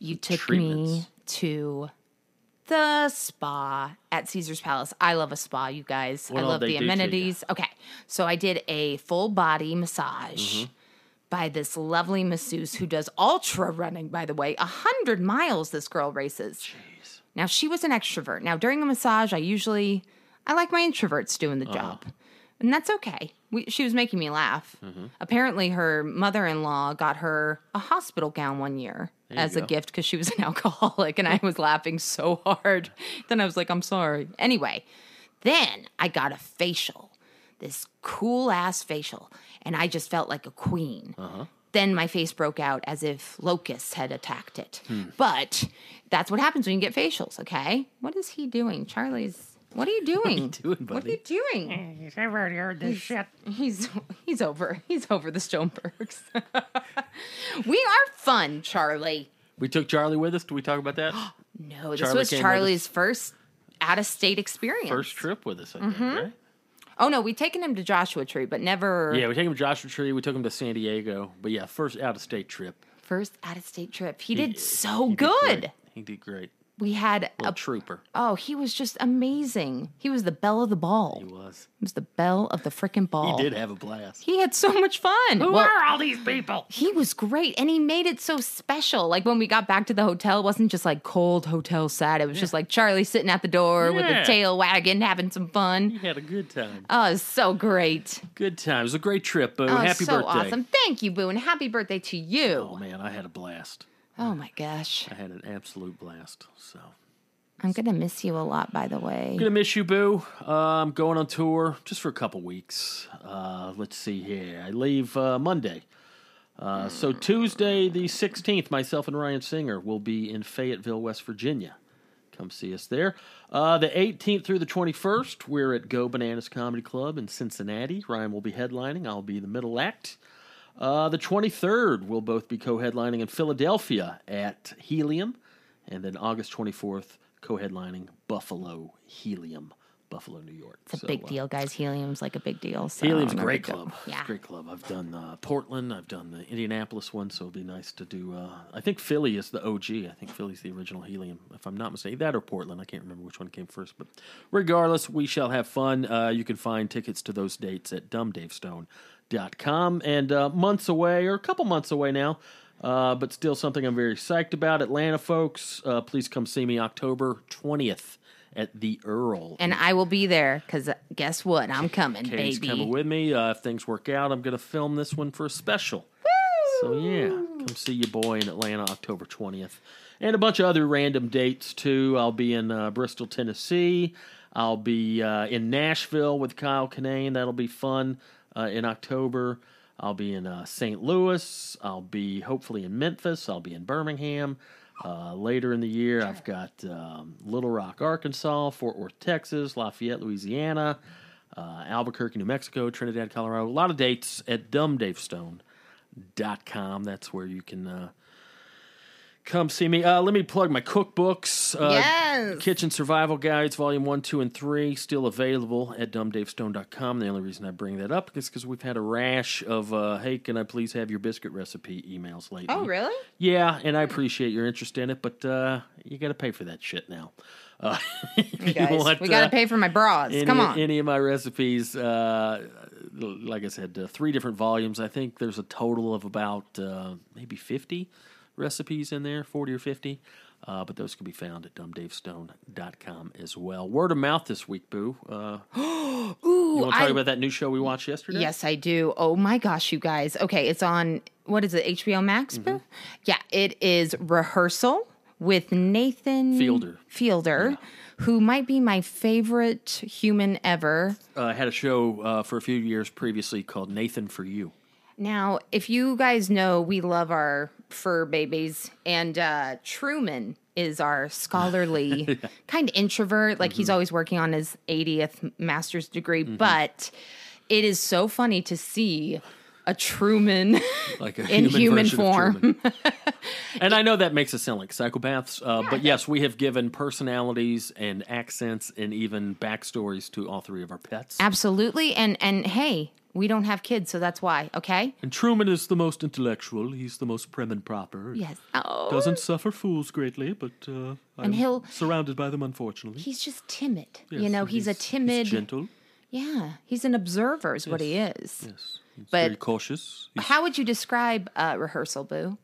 [SPEAKER 1] you took
[SPEAKER 4] treatments.
[SPEAKER 1] me to the spa at Caesar's Palace. I love a spa, you guys.
[SPEAKER 4] What
[SPEAKER 1] I
[SPEAKER 4] all
[SPEAKER 1] love
[SPEAKER 4] they
[SPEAKER 1] the
[SPEAKER 4] do to you?
[SPEAKER 1] amenities. Okay. So I did a full body massage
[SPEAKER 4] Mm-hmm.
[SPEAKER 1] by this lovely masseuse who does ultra running, by the way. A hundred miles this girl races. Now she was an extrovert. Now during a massage, I usually I like my introverts doing
[SPEAKER 4] Uh-huh.
[SPEAKER 1] the job. And that's okay. We, she was making me laugh.
[SPEAKER 4] Mm-hmm.
[SPEAKER 1] Apparently, her mother in law got her a hospital gown one year
[SPEAKER 4] you
[SPEAKER 1] as
[SPEAKER 4] go.
[SPEAKER 1] a gift because she was an alcoholic, and I was laughing so hard. Then I was like, I'm sorry. Anyway, then I got a facial, this cool ass facial, and I just felt like a queen.
[SPEAKER 4] Uh-huh.
[SPEAKER 1] Then my face broke out as if locusts had attacked it.
[SPEAKER 4] Hmm.
[SPEAKER 1] But that's what happens when you get facials, okay? What is he doing? Charlie's. What are you doing?
[SPEAKER 4] doing,
[SPEAKER 1] What are
[SPEAKER 4] buddy?
[SPEAKER 1] you doing?
[SPEAKER 5] He's already heard this shit.
[SPEAKER 1] He's he's over. He's over the Stonebergs. we are fun, Charlie.
[SPEAKER 4] We took Charlie with us. Did we talk about that?
[SPEAKER 1] No, this
[SPEAKER 4] Charlie
[SPEAKER 1] was
[SPEAKER 4] came with
[SPEAKER 1] Charlie's first out of state experience.
[SPEAKER 4] First trip with us, I think, right?
[SPEAKER 1] Oh no, we taken him to Joshua Tree, but never
[SPEAKER 4] Yeah, we took him to Joshua Tree. We took him to San Diego. But yeah, first out of state trip.
[SPEAKER 1] first out of state trip. He, did so
[SPEAKER 4] He did
[SPEAKER 1] good.
[SPEAKER 4] great. He did great.
[SPEAKER 1] we had
[SPEAKER 4] A
[SPEAKER 1] a
[SPEAKER 4] trooper.
[SPEAKER 1] oh, he was just amazing. He was the bell of the ball.
[SPEAKER 4] He
[SPEAKER 1] He
[SPEAKER 4] was.
[SPEAKER 1] was the bell of the freaking ball.
[SPEAKER 4] He did have a blast.
[SPEAKER 1] Oh. He had so much fun.
[SPEAKER 5] Who
[SPEAKER 1] Well,
[SPEAKER 5] are all these people?
[SPEAKER 1] he was great and he made it so special like when we got back to the hotel it wasn't just like cold hotel sad it was just like charlie sitting at the door with
[SPEAKER 4] Yeah.
[SPEAKER 1] the tail wagging having some fun
[SPEAKER 4] He had a good time.
[SPEAKER 1] oh it was so great
[SPEAKER 4] Good time. It was a great trip. Boo.
[SPEAKER 1] oh it was
[SPEAKER 4] Happy
[SPEAKER 1] so
[SPEAKER 4] birthday.
[SPEAKER 1] awesome thank you boo and happy birthday to
[SPEAKER 4] Oh
[SPEAKER 1] you
[SPEAKER 4] man, I had a blast.
[SPEAKER 1] oh my gosh
[SPEAKER 4] I had an absolute blast. So
[SPEAKER 1] i'm gonna miss you a lot by the way
[SPEAKER 4] gonna miss you, Boo. Uh, I'm going on tour just for a couple weeks. Uh, let's see here. I leave uh, Monday. Uh, so Tuesday the 16th, myself and Ryan Singer will be in Fayetteville, West Virginia. Come see us there. Uh, the 18th through the 21st, we're at Go Bananas Comedy Club in Cincinnati. Ryan will be headlining. I'll be the middle act. Uh, the 23rd, we'll both be co headlining in Philadelphia at Helium. And then August 24th, co headlining Buffalo Helium, Buffalo, New York. uh,
[SPEAKER 1] it's a big deal guys helium's like a big deal so
[SPEAKER 4] Helium's a
[SPEAKER 1] no
[SPEAKER 4] great
[SPEAKER 1] big deal.
[SPEAKER 4] club. It's
[SPEAKER 1] um, yeah
[SPEAKER 4] a great club. I've done uh, Portland. I've done the Indianapolis one, so it'll be nice to do. Uh, I think Philly is the OG. I think Philly's the original Helium, if I'm not mistaken. That or Portland. I can't remember which one came first. But regardless, we shall have fun. Uh, you can find tickets to those dates at dumbdavestone.com. And uh, months away, or a couple months away now, uh, but still something I'm very psyched about. Atlanta folks, uh, please come see me October 20th at the Earl
[SPEAKER 1] and i will be there because guess what i'm coming
[SPEAKER 4] Katie's
[SPEAKER 1] baby
[SPEAKER 4] coming with me. Uh, if things work out, I'm going to film this one for a special. So yeah, come see your boy in Atlanta October 20th, and a bunch of other random dates too. I'll be in uh, Bristol, Tennessee. I'll be uh, in Nashville with Kyle Kinane. That'll be fun uh, in October. I'll be in uh, St. Louis. I'll be hopefully in Memphis. I'll be in Birmingham. Uh, later in the year, I've got um, Little Rock, Arkansas, Fort Worth, Texas, Lafayette, Louisiana, uh, Albuquerque, New Mexico, Trinidad, Colorado. A lot of dates at dumbdavestone.com. That's where you can uh, come see me. Uh, let me plug my cookbooks. Uh,
[SPEAKER 1] Yes.
[SPEAKER 4] Kitchen Survival Guides, Volume 1, 2, and 3, still available at dumbdavestone.com. The only reason I bring that up is because we've had a rash of, uh, hey, can I please have your biscuit recipe emails lately?
[SPEAKER 1] oh really
[SPEAKER 4] Yeah, and I appreciate your interest in it, but uh, you got to pay for that shit now. Uh, if you
[SPEAKER 1] guys
[SPEAKER 4] want,
[SPEAKER 1] we gotta
[SPEAKER 4] uh,
[SPEAKER 1] pay for my bras
[SPEAKER 4] any,
[SPEAKER 1] come on
[SPEAKER 4] Any of my recipes, uh, like I said, uh, three different volumes. I think there's a total of about uh, maybe 50 recipes in there, 40 or 50. Uh, but those can be found at dumbdavestone.com as well. Word of mouth this week, Boo. Uh,
[SPEAKER 1] Ooh,
[SPEAKER 4] you want to talk
[SPEAKER 1] Oh, I-
[SPEAKER 4] about that new show we watched yesterday?
[SPEAKER 1] Yes, I do. Oh my gosh, you guys. Okay, it's on what is it? HBO Max? Bill? Yeah, it is rehearsal with Nathan
[SPEAKER 4] Fielder.
[SPEAKER 1] Fielder, who might be my favorite human ever.
[SPEAKER 4] Uh, had a show uh, for a few years previously called Nathan for You.
[SPEAKER 1] Now, if you guys know, we love our fur babies, and uh, Truman is our scholarly kind of introvert. Like he's always working on his 80th master's degree, but it is so funny to see a Truman
[SPEAKER 4] Like a
[SPEAKER 1] in human,
[SPEAKER 4] version of
[SPEAKER 1] form.
[SPEAKER 4] Truman. and I know that makes us sound like psychopaths, uh, but yes, we have given personalities and accents and even backstories to all three of our pets.
[SPEAKER 1] Absolutely, and and hey, we don't have kids, so that's why. Okay.
[SPEAKER 4] And Truman is the most intellectual. He's the most prim and proper. and
[SPEAKER 1] Yes. Oh,
[SPEAKER 4] Doesn't suffer fools greatly, but uh, I'm
[SPEAKER 1] he'll-
[SPEAKER 4] surrounded by them, unfortunately.
[SPEAKER 1] he's just timid. you
[SPEAKER 4] Yes,
[SPEAKER 1] know,
[SPEAKER 4] and
[SPEAKER 1] he's, a timid.
[SPEAKER 4] He's gentle.
[SPEAKER 1] yeah, he's an observer, is what he is.
[SPEAKER 4] Yes. He's
[SPEAKER 1] But-
[SPEAKER 4] very cautious. He's-
[SPEAKER 1] How would you describe uh, rehearsal, Boo?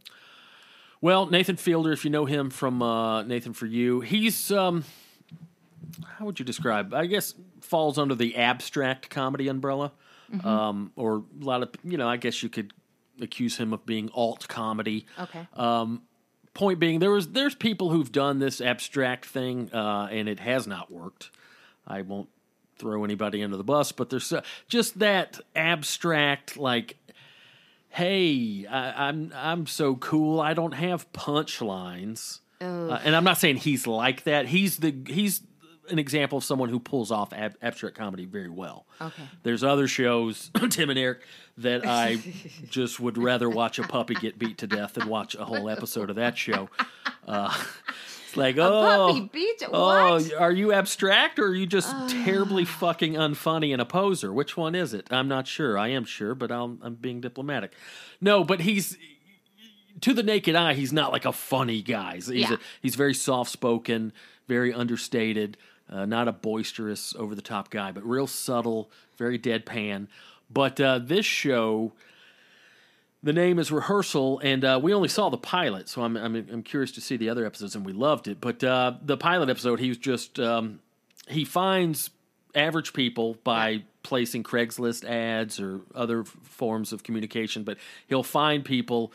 [SPEAKER 4] Well, Nathan Fielder, if you know him from uh, Nathan for You, he's um, how would you describe? I guess falls under the abstract comedy umbrella, um, or a lot of you know. I guess you could accuse him of being alt comedy.
[SPEAKER 1] Okay.
[SPEAKER 4] Oh. Point being, there was there's people who've done this abstract thing, uh, and it has not worked. I won't throw anybody under the bus, but there's uh, just that abstract like hey, I, I'm I'm so cool. I don't have punchlines, uh, and I'm not saying he's like that. He's the he's an example of someone who pulls off ab- abstract comedy very well.
[SPEAKER 1] Okay.
[SPEAKER 4] There's other shows, Tim and Eric, that I just would rather watch a puppy get beat to death than watch a whole episode of that show. Uh, it's like oh.
[SPEAKER 1] puppy beach.
[SPEAKER 4] Oh,
[SPEAKER 1] what?
[SPEAKER 4] are you abstract or are you just terribly fucking unfunny and a poser? Which one is it? I'm not sure. I am sure, but I'll, I'm being diplomatic. No, but he's to the naked eye, he's not like a funny guy. He's, he's
[SPEAKER 1] Yeah.
[SPEAKER 4] a, he's very soft spoken, very understated, uh, not a boisterous, over the top guy, but real subtle, very deadpan. But uh, this show, the name is rehearsal, and uh, we only saw the pilot, so I'm, I'm I'm curious to see the other episodes, and we loved it. But uh, the pilot episode, he was just um, he finds average people by placing Craigslist ads or other f- forms of communication, but he'll find people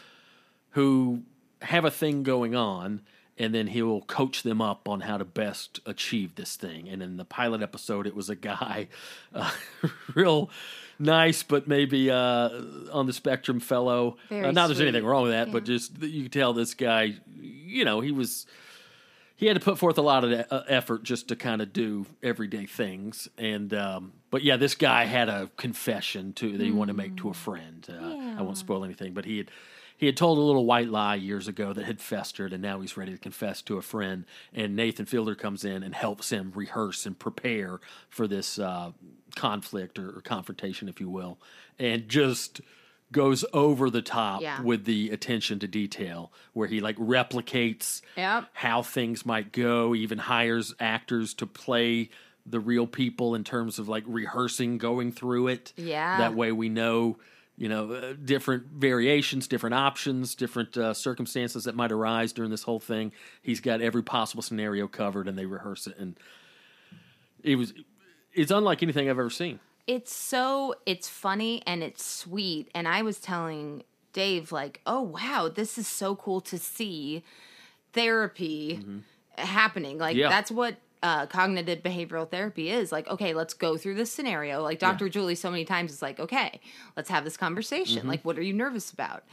[SPEAKER 4] who have a thing going on and then he will coach them up on how to best achieve this thing and in the pilot episode it was a guy uh, real nice but maybe uh, on the spectrum fellow
[SPEAKER 1] Very
[SPEAKER 4] uh, not there's
[SPEAKER 1] sweet.
[SPEAKER 4] anything wrong with that but just that you could tell this guy you know he was he had to put forth a lot of e- uh, effort just to kind of do everyday things and um, but yeah this guy had a confession to that he wanted to make to a friend uh, i won't spoil anything but he had he had told a little white lie years ago that had festered and now he's ready to confess to a friend and nathan fielder comes in and helps him rehearse and prepare for this uh, conflict or, or confrontation if you will and just goes over the top
[SPEAKER 1] Yeah.
[SPEAKER 4] with the attention to detail where he like replicates
[SPEAKER 1] Yep.
[SPEAKER 4] how things might go, even hires actors to play the real people in terms of like rehearsing going through it.
[SPEAKER 1] Yeah.
[SPEAKER 4] That way we know, you know, uh, different variations, different options, different uh, circumstances that might arise during this whole thing. He's got every possible scenario covered and they rehearse it. And it was, it's unlike anything I've ever seen.
[SPEAKER 1] it's so it's funny and it's sweet and i was telling dave like oh wow this is so cool to see therapy happening like
[SPEAKER 4] Yeah.
[SPEAKER 1] that's what uh, cognitive behavioral therapy is like okay let's go through this scenario like dr julie so many times is like okay let's have this conversation like what are you nervous about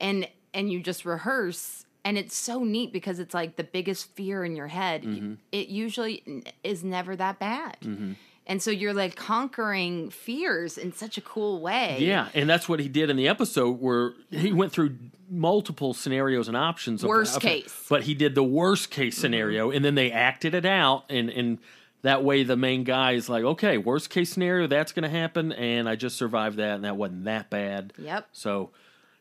[SPEAKER 1] and and you just rehearse and it's so neat because it's like the biggest fear in your head it usually n- is never that bad and so you're like conquering fears in such a cool way.
[SPEAKER 4] Yeah, and that's what he did in the episode where he went through multiple scenarios and options. of-
[SPEAKER 1] Worst
[SPEAKER 4] of-
[SPEAKER 1] case. Mm-hmm.
[SPEAKER 4] But he did the worst case scenario, and then they acted it out, and and that way the main guy is like, okay, worst case scenario, that's going to happen, and I just survived that, and that wasn't that bad.
[SPEAKER 1] Yep.
[SPEAKER 4] So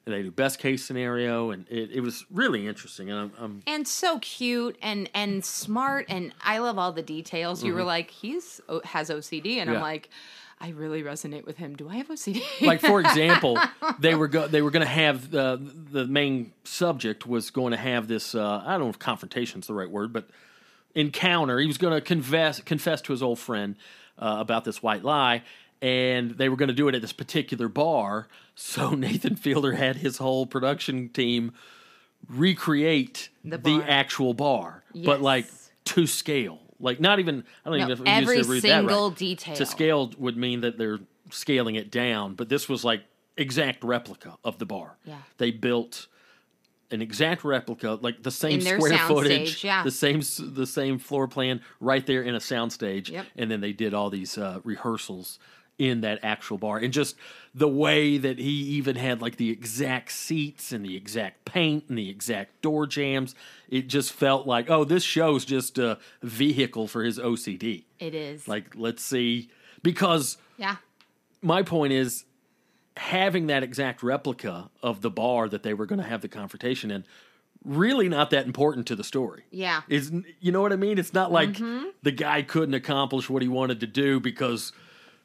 [SPEAKER 4] they do best case scenario, and it, it was really interesting, and I'm, I'm
[SPEAKER 1] And so cute and and smart and I love all the details. You were like he's o- has OCD and
[SPEAKER 4] Mm-hmm. Yeah.
[SPEAKER 1] I'm like I really resonate with him. Do I have OCD?
[SPEAKER 4] like for example, they were go- they were going to have uh, the main subject was going to have this uh, I don't know if confrontation is the right word, but encounter. He was going to confess confess to his old friend uh, about this white lie, and they were going to do it at this particular bar. So Nathan Fielder had his whole production team recreate the,
[SPEAKER 1] The bar.
[SPEAKER 4] actual bar, but like
[SPEAKER 1] Yes.
[SPEAKER 4] to scale. Like not even I don't
[SPEAKER 1] No,
[SPEAKER 4] even know if
[SPEAKER 1] every
[SPEAKER 4] you said read that
[SPEAKER 1] single
[SPEAKER 4] right.
[SPEAKER 1] detail.
[SPEAKER 4] To scale would mean that they're scaling it down, but this was like exact replica of the bar.
[SPEAKER 1] Yeah.
[SPEAKER 4] They built an exact replica, like the same
[SPEAKER 1] In their
[SPEAKER 4] square
[SPEAKER 1] sound
[SPEAKER 4] footage,
[SPEAKER 1] stage, yeah.
[SPEAKER 4] the same s- the same floor plan, right there in a soundstage,
[SPEAKER 1] Yep.
[SPEAKER 4] and then they did all these uh, rehearsals in that actual bar, and just the way that he even had like the exact seats and the exact paint and the exact door jams, it just felt like, oh, this show's just a vehicle for his OCD.
[SPEAKER 1] It is.
[SPEAKER 4] Like, let's see, because
[SPEAKER 1] yeah.
[SPEAKER 4] my point is having that exact replica of the bar that they were going to have the confrontation in really not that important to the story
[SPEAKER 1] Yeah.
[SPEAKER 4] is you know what i mean it's not like
[SPEAKER 1] Mm-hmm.
[SPEAKER 4] the guy couldn't accomplish what he wanted to do because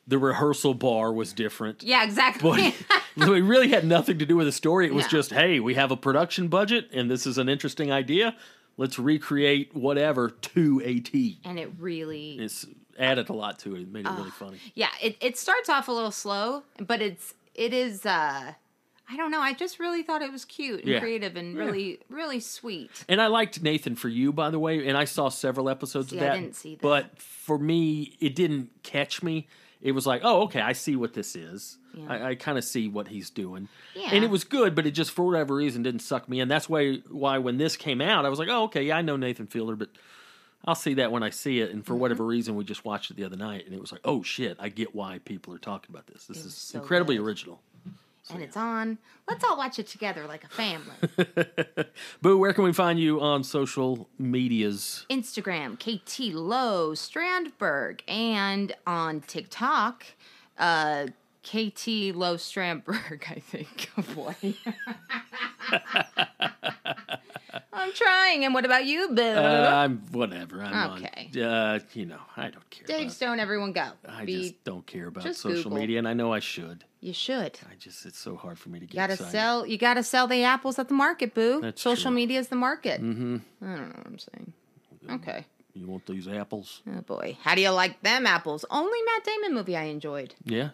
[SPEAKER 4] the rehearsal bar was different
[SPEAKER 1] Yeah,
[SPEAKER 4] but
[SPEAKER 1] exactly.
[SPEAKER 4] it really had nothing to do with the story it was
[SPEAKER 1] No.
[SPEAKER 4] just hey we have a production budget and this is an interesting idea let's recreate whatever to a t
[SPEAKER 1] and it really
[SPEAKER 4] it's added a lot to it it made it really
[SPEAKER 1] Ah.
[SPEAKER 4] funny
[SPEAKER 1] yeah it, it starts off a little slow but it's it is uh i don't know i just really thought it was cute and
[SPEAKER 4] Yeah.
[SPEAKER 1] creative and really really sweet
[SPEAKER 4] And I liked Nathan for You, by the way, and I saw several episodes
[SPEAKER 1] See,
[SPEAKER 4] of
[SPEAKER 1] I
[SPEAKER 4] that.
[SPEAKER 1] didn't see that.
[SPEAKER 4] But for me, it didn't catch me. It was like, oh, okay, I see what this is. I, I kind of see what he's doing. And
[SPEAKER 1] Yeah.
[SPEAKER 4] it was good, but it just, for whatever reason, didn't suck me in. That's why, why when this came out, I was like, oh, okay, yeah, I know Nathan Fielder, but I'll see that when I see it. And for
[SPEAKER 1] Mm-hmm.
[SPEAKER 4] whatever reason, we just watched it the other night, and it was like, oh, shit, I get why people are talking about this. This is
[SPEAKER 1] was so
[SPEAKER 4] incredibly
[SPEAKER 1] good.
[SPEAKER 4] original.
[SPEAKER 1] and it's on let's all watch it together like a family
[SPEAKER 4] Boo, where can we find you on social medias?
[SPEAKER 1] instagram kt low strandberg and on tiktok uh kt low strandberg i think oh boy i'm trying and what about you bill
[SPEAKER 4] Uh, I'm whatever. I'm
[SPEAKER 1] Okay.
[SPEAKER 4] on. Uh, you know, I don't care.
[SPEAKER 1] dave
[SPEAKER 4] about,
[SPEAKER 1] stone everyone go
[SPEAKER 4] uh, I
[SPEAKER 1] Be-
[SPEAKER 4] just don't care about
[SPEAKER 1] just
[SPEAKER 4] social
[SPEAKER 1] Google.
[SPEAKER 4] media, and I know I should.
[SPEAKER 1] you should
[SPEAKER 4] I just it's so hard for me to get.
[SPEAKER 1] You gotta
[SPEAKER 4] excited.
[SPEAKER 1] sell. You gotta sell the apples at the market, boo.
[SPEAKER 4] That's
[SPEAKER 1] Social
[SPEAKER 4] true.
[SPEAKER 1] media is the market. Mm-hmm. I don't know what I'm saying. Okay.
[SPEAKER 4] You want these apples?
[SPEAKER 1] Oh boy, how do you like them apples? Only Matt Damon movie I enjoyed.
[SPEAKER 4] Yeah,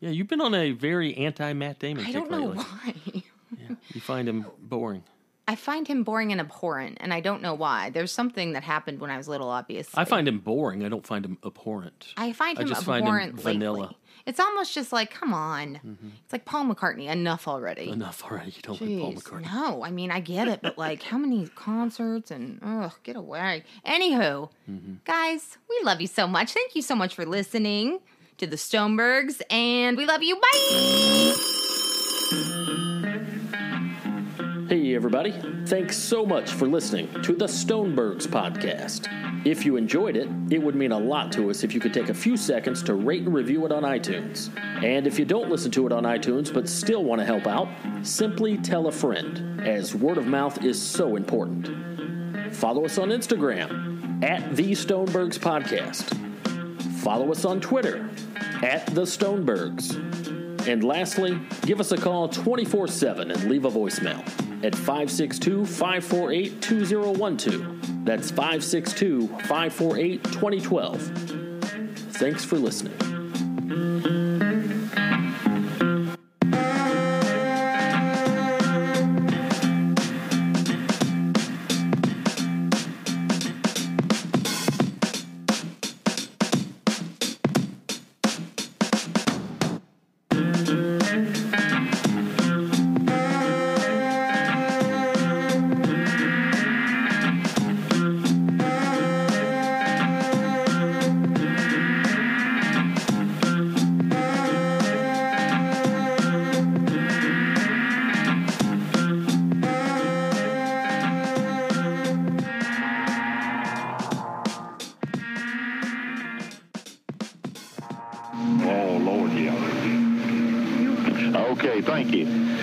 [SPEAKER 4] yeah. You've been on a very anti Matt Damon.
[SPEAKER 1] I
[SPEAKER 4] kick
[SPEAKER 1] don't know
[SPEAKER 4] lately.
[SPEAKER 1] why.
[SPEAKER 4] You find him boring.
[SPEAKER 1] I find him boring and abhorrent, and I don't know why. There's something that happened when I was little, obviously.
[SPEAKER 4] I find him boring. I don't find him abhorrent.
[SPEAKER 1] I find
[SPEAKER 4] I
[SPEAKER 1] him
[SPEAKER 4] just find him
[SPEAKER 1] abhorrent
[SPEAKER 4] vanilla. Mm-hmm.
[SPEAKER 1] lately. It's almost just like, come on. It's like Paul McCartney. Enough already.
[SPEAKER 4] Enough already. You don't like Paul
[SPEAKER 1] Jeez,
[SPEAKER 4] McCartney.
[SPEAKER 1] No, I mean I get it, but like how many concerts and ugh, get away. Anywho,
[SPEAKER 4] Mm-hmm.
[SPEAKER 1] guys, we love you so much. Thank you so much for listening to the Stonebergs, and we love you. Bye.
[SPEAKER 4] Hey, everybody. Thanks so much for listening to the Stonebergs podcast. If you enjoyed it, it would mean a lot to us if you could take a few seconds to rate and review it on iTunes. And if you don't listen to it on iTunes but still want to help out, simply tell a friend, as word of mouth is so important. Follow us on Instagram at the Stonebergs podcast. Follow us on Twitter at the Stonebergs. And lastly, give us a call 24 7 and leave a voicemail at 562 548 2012. That's 562 548 2012. Thanks for listening.
[SPEAKER 6] Oh, Lord, yeah. Okay, thank you.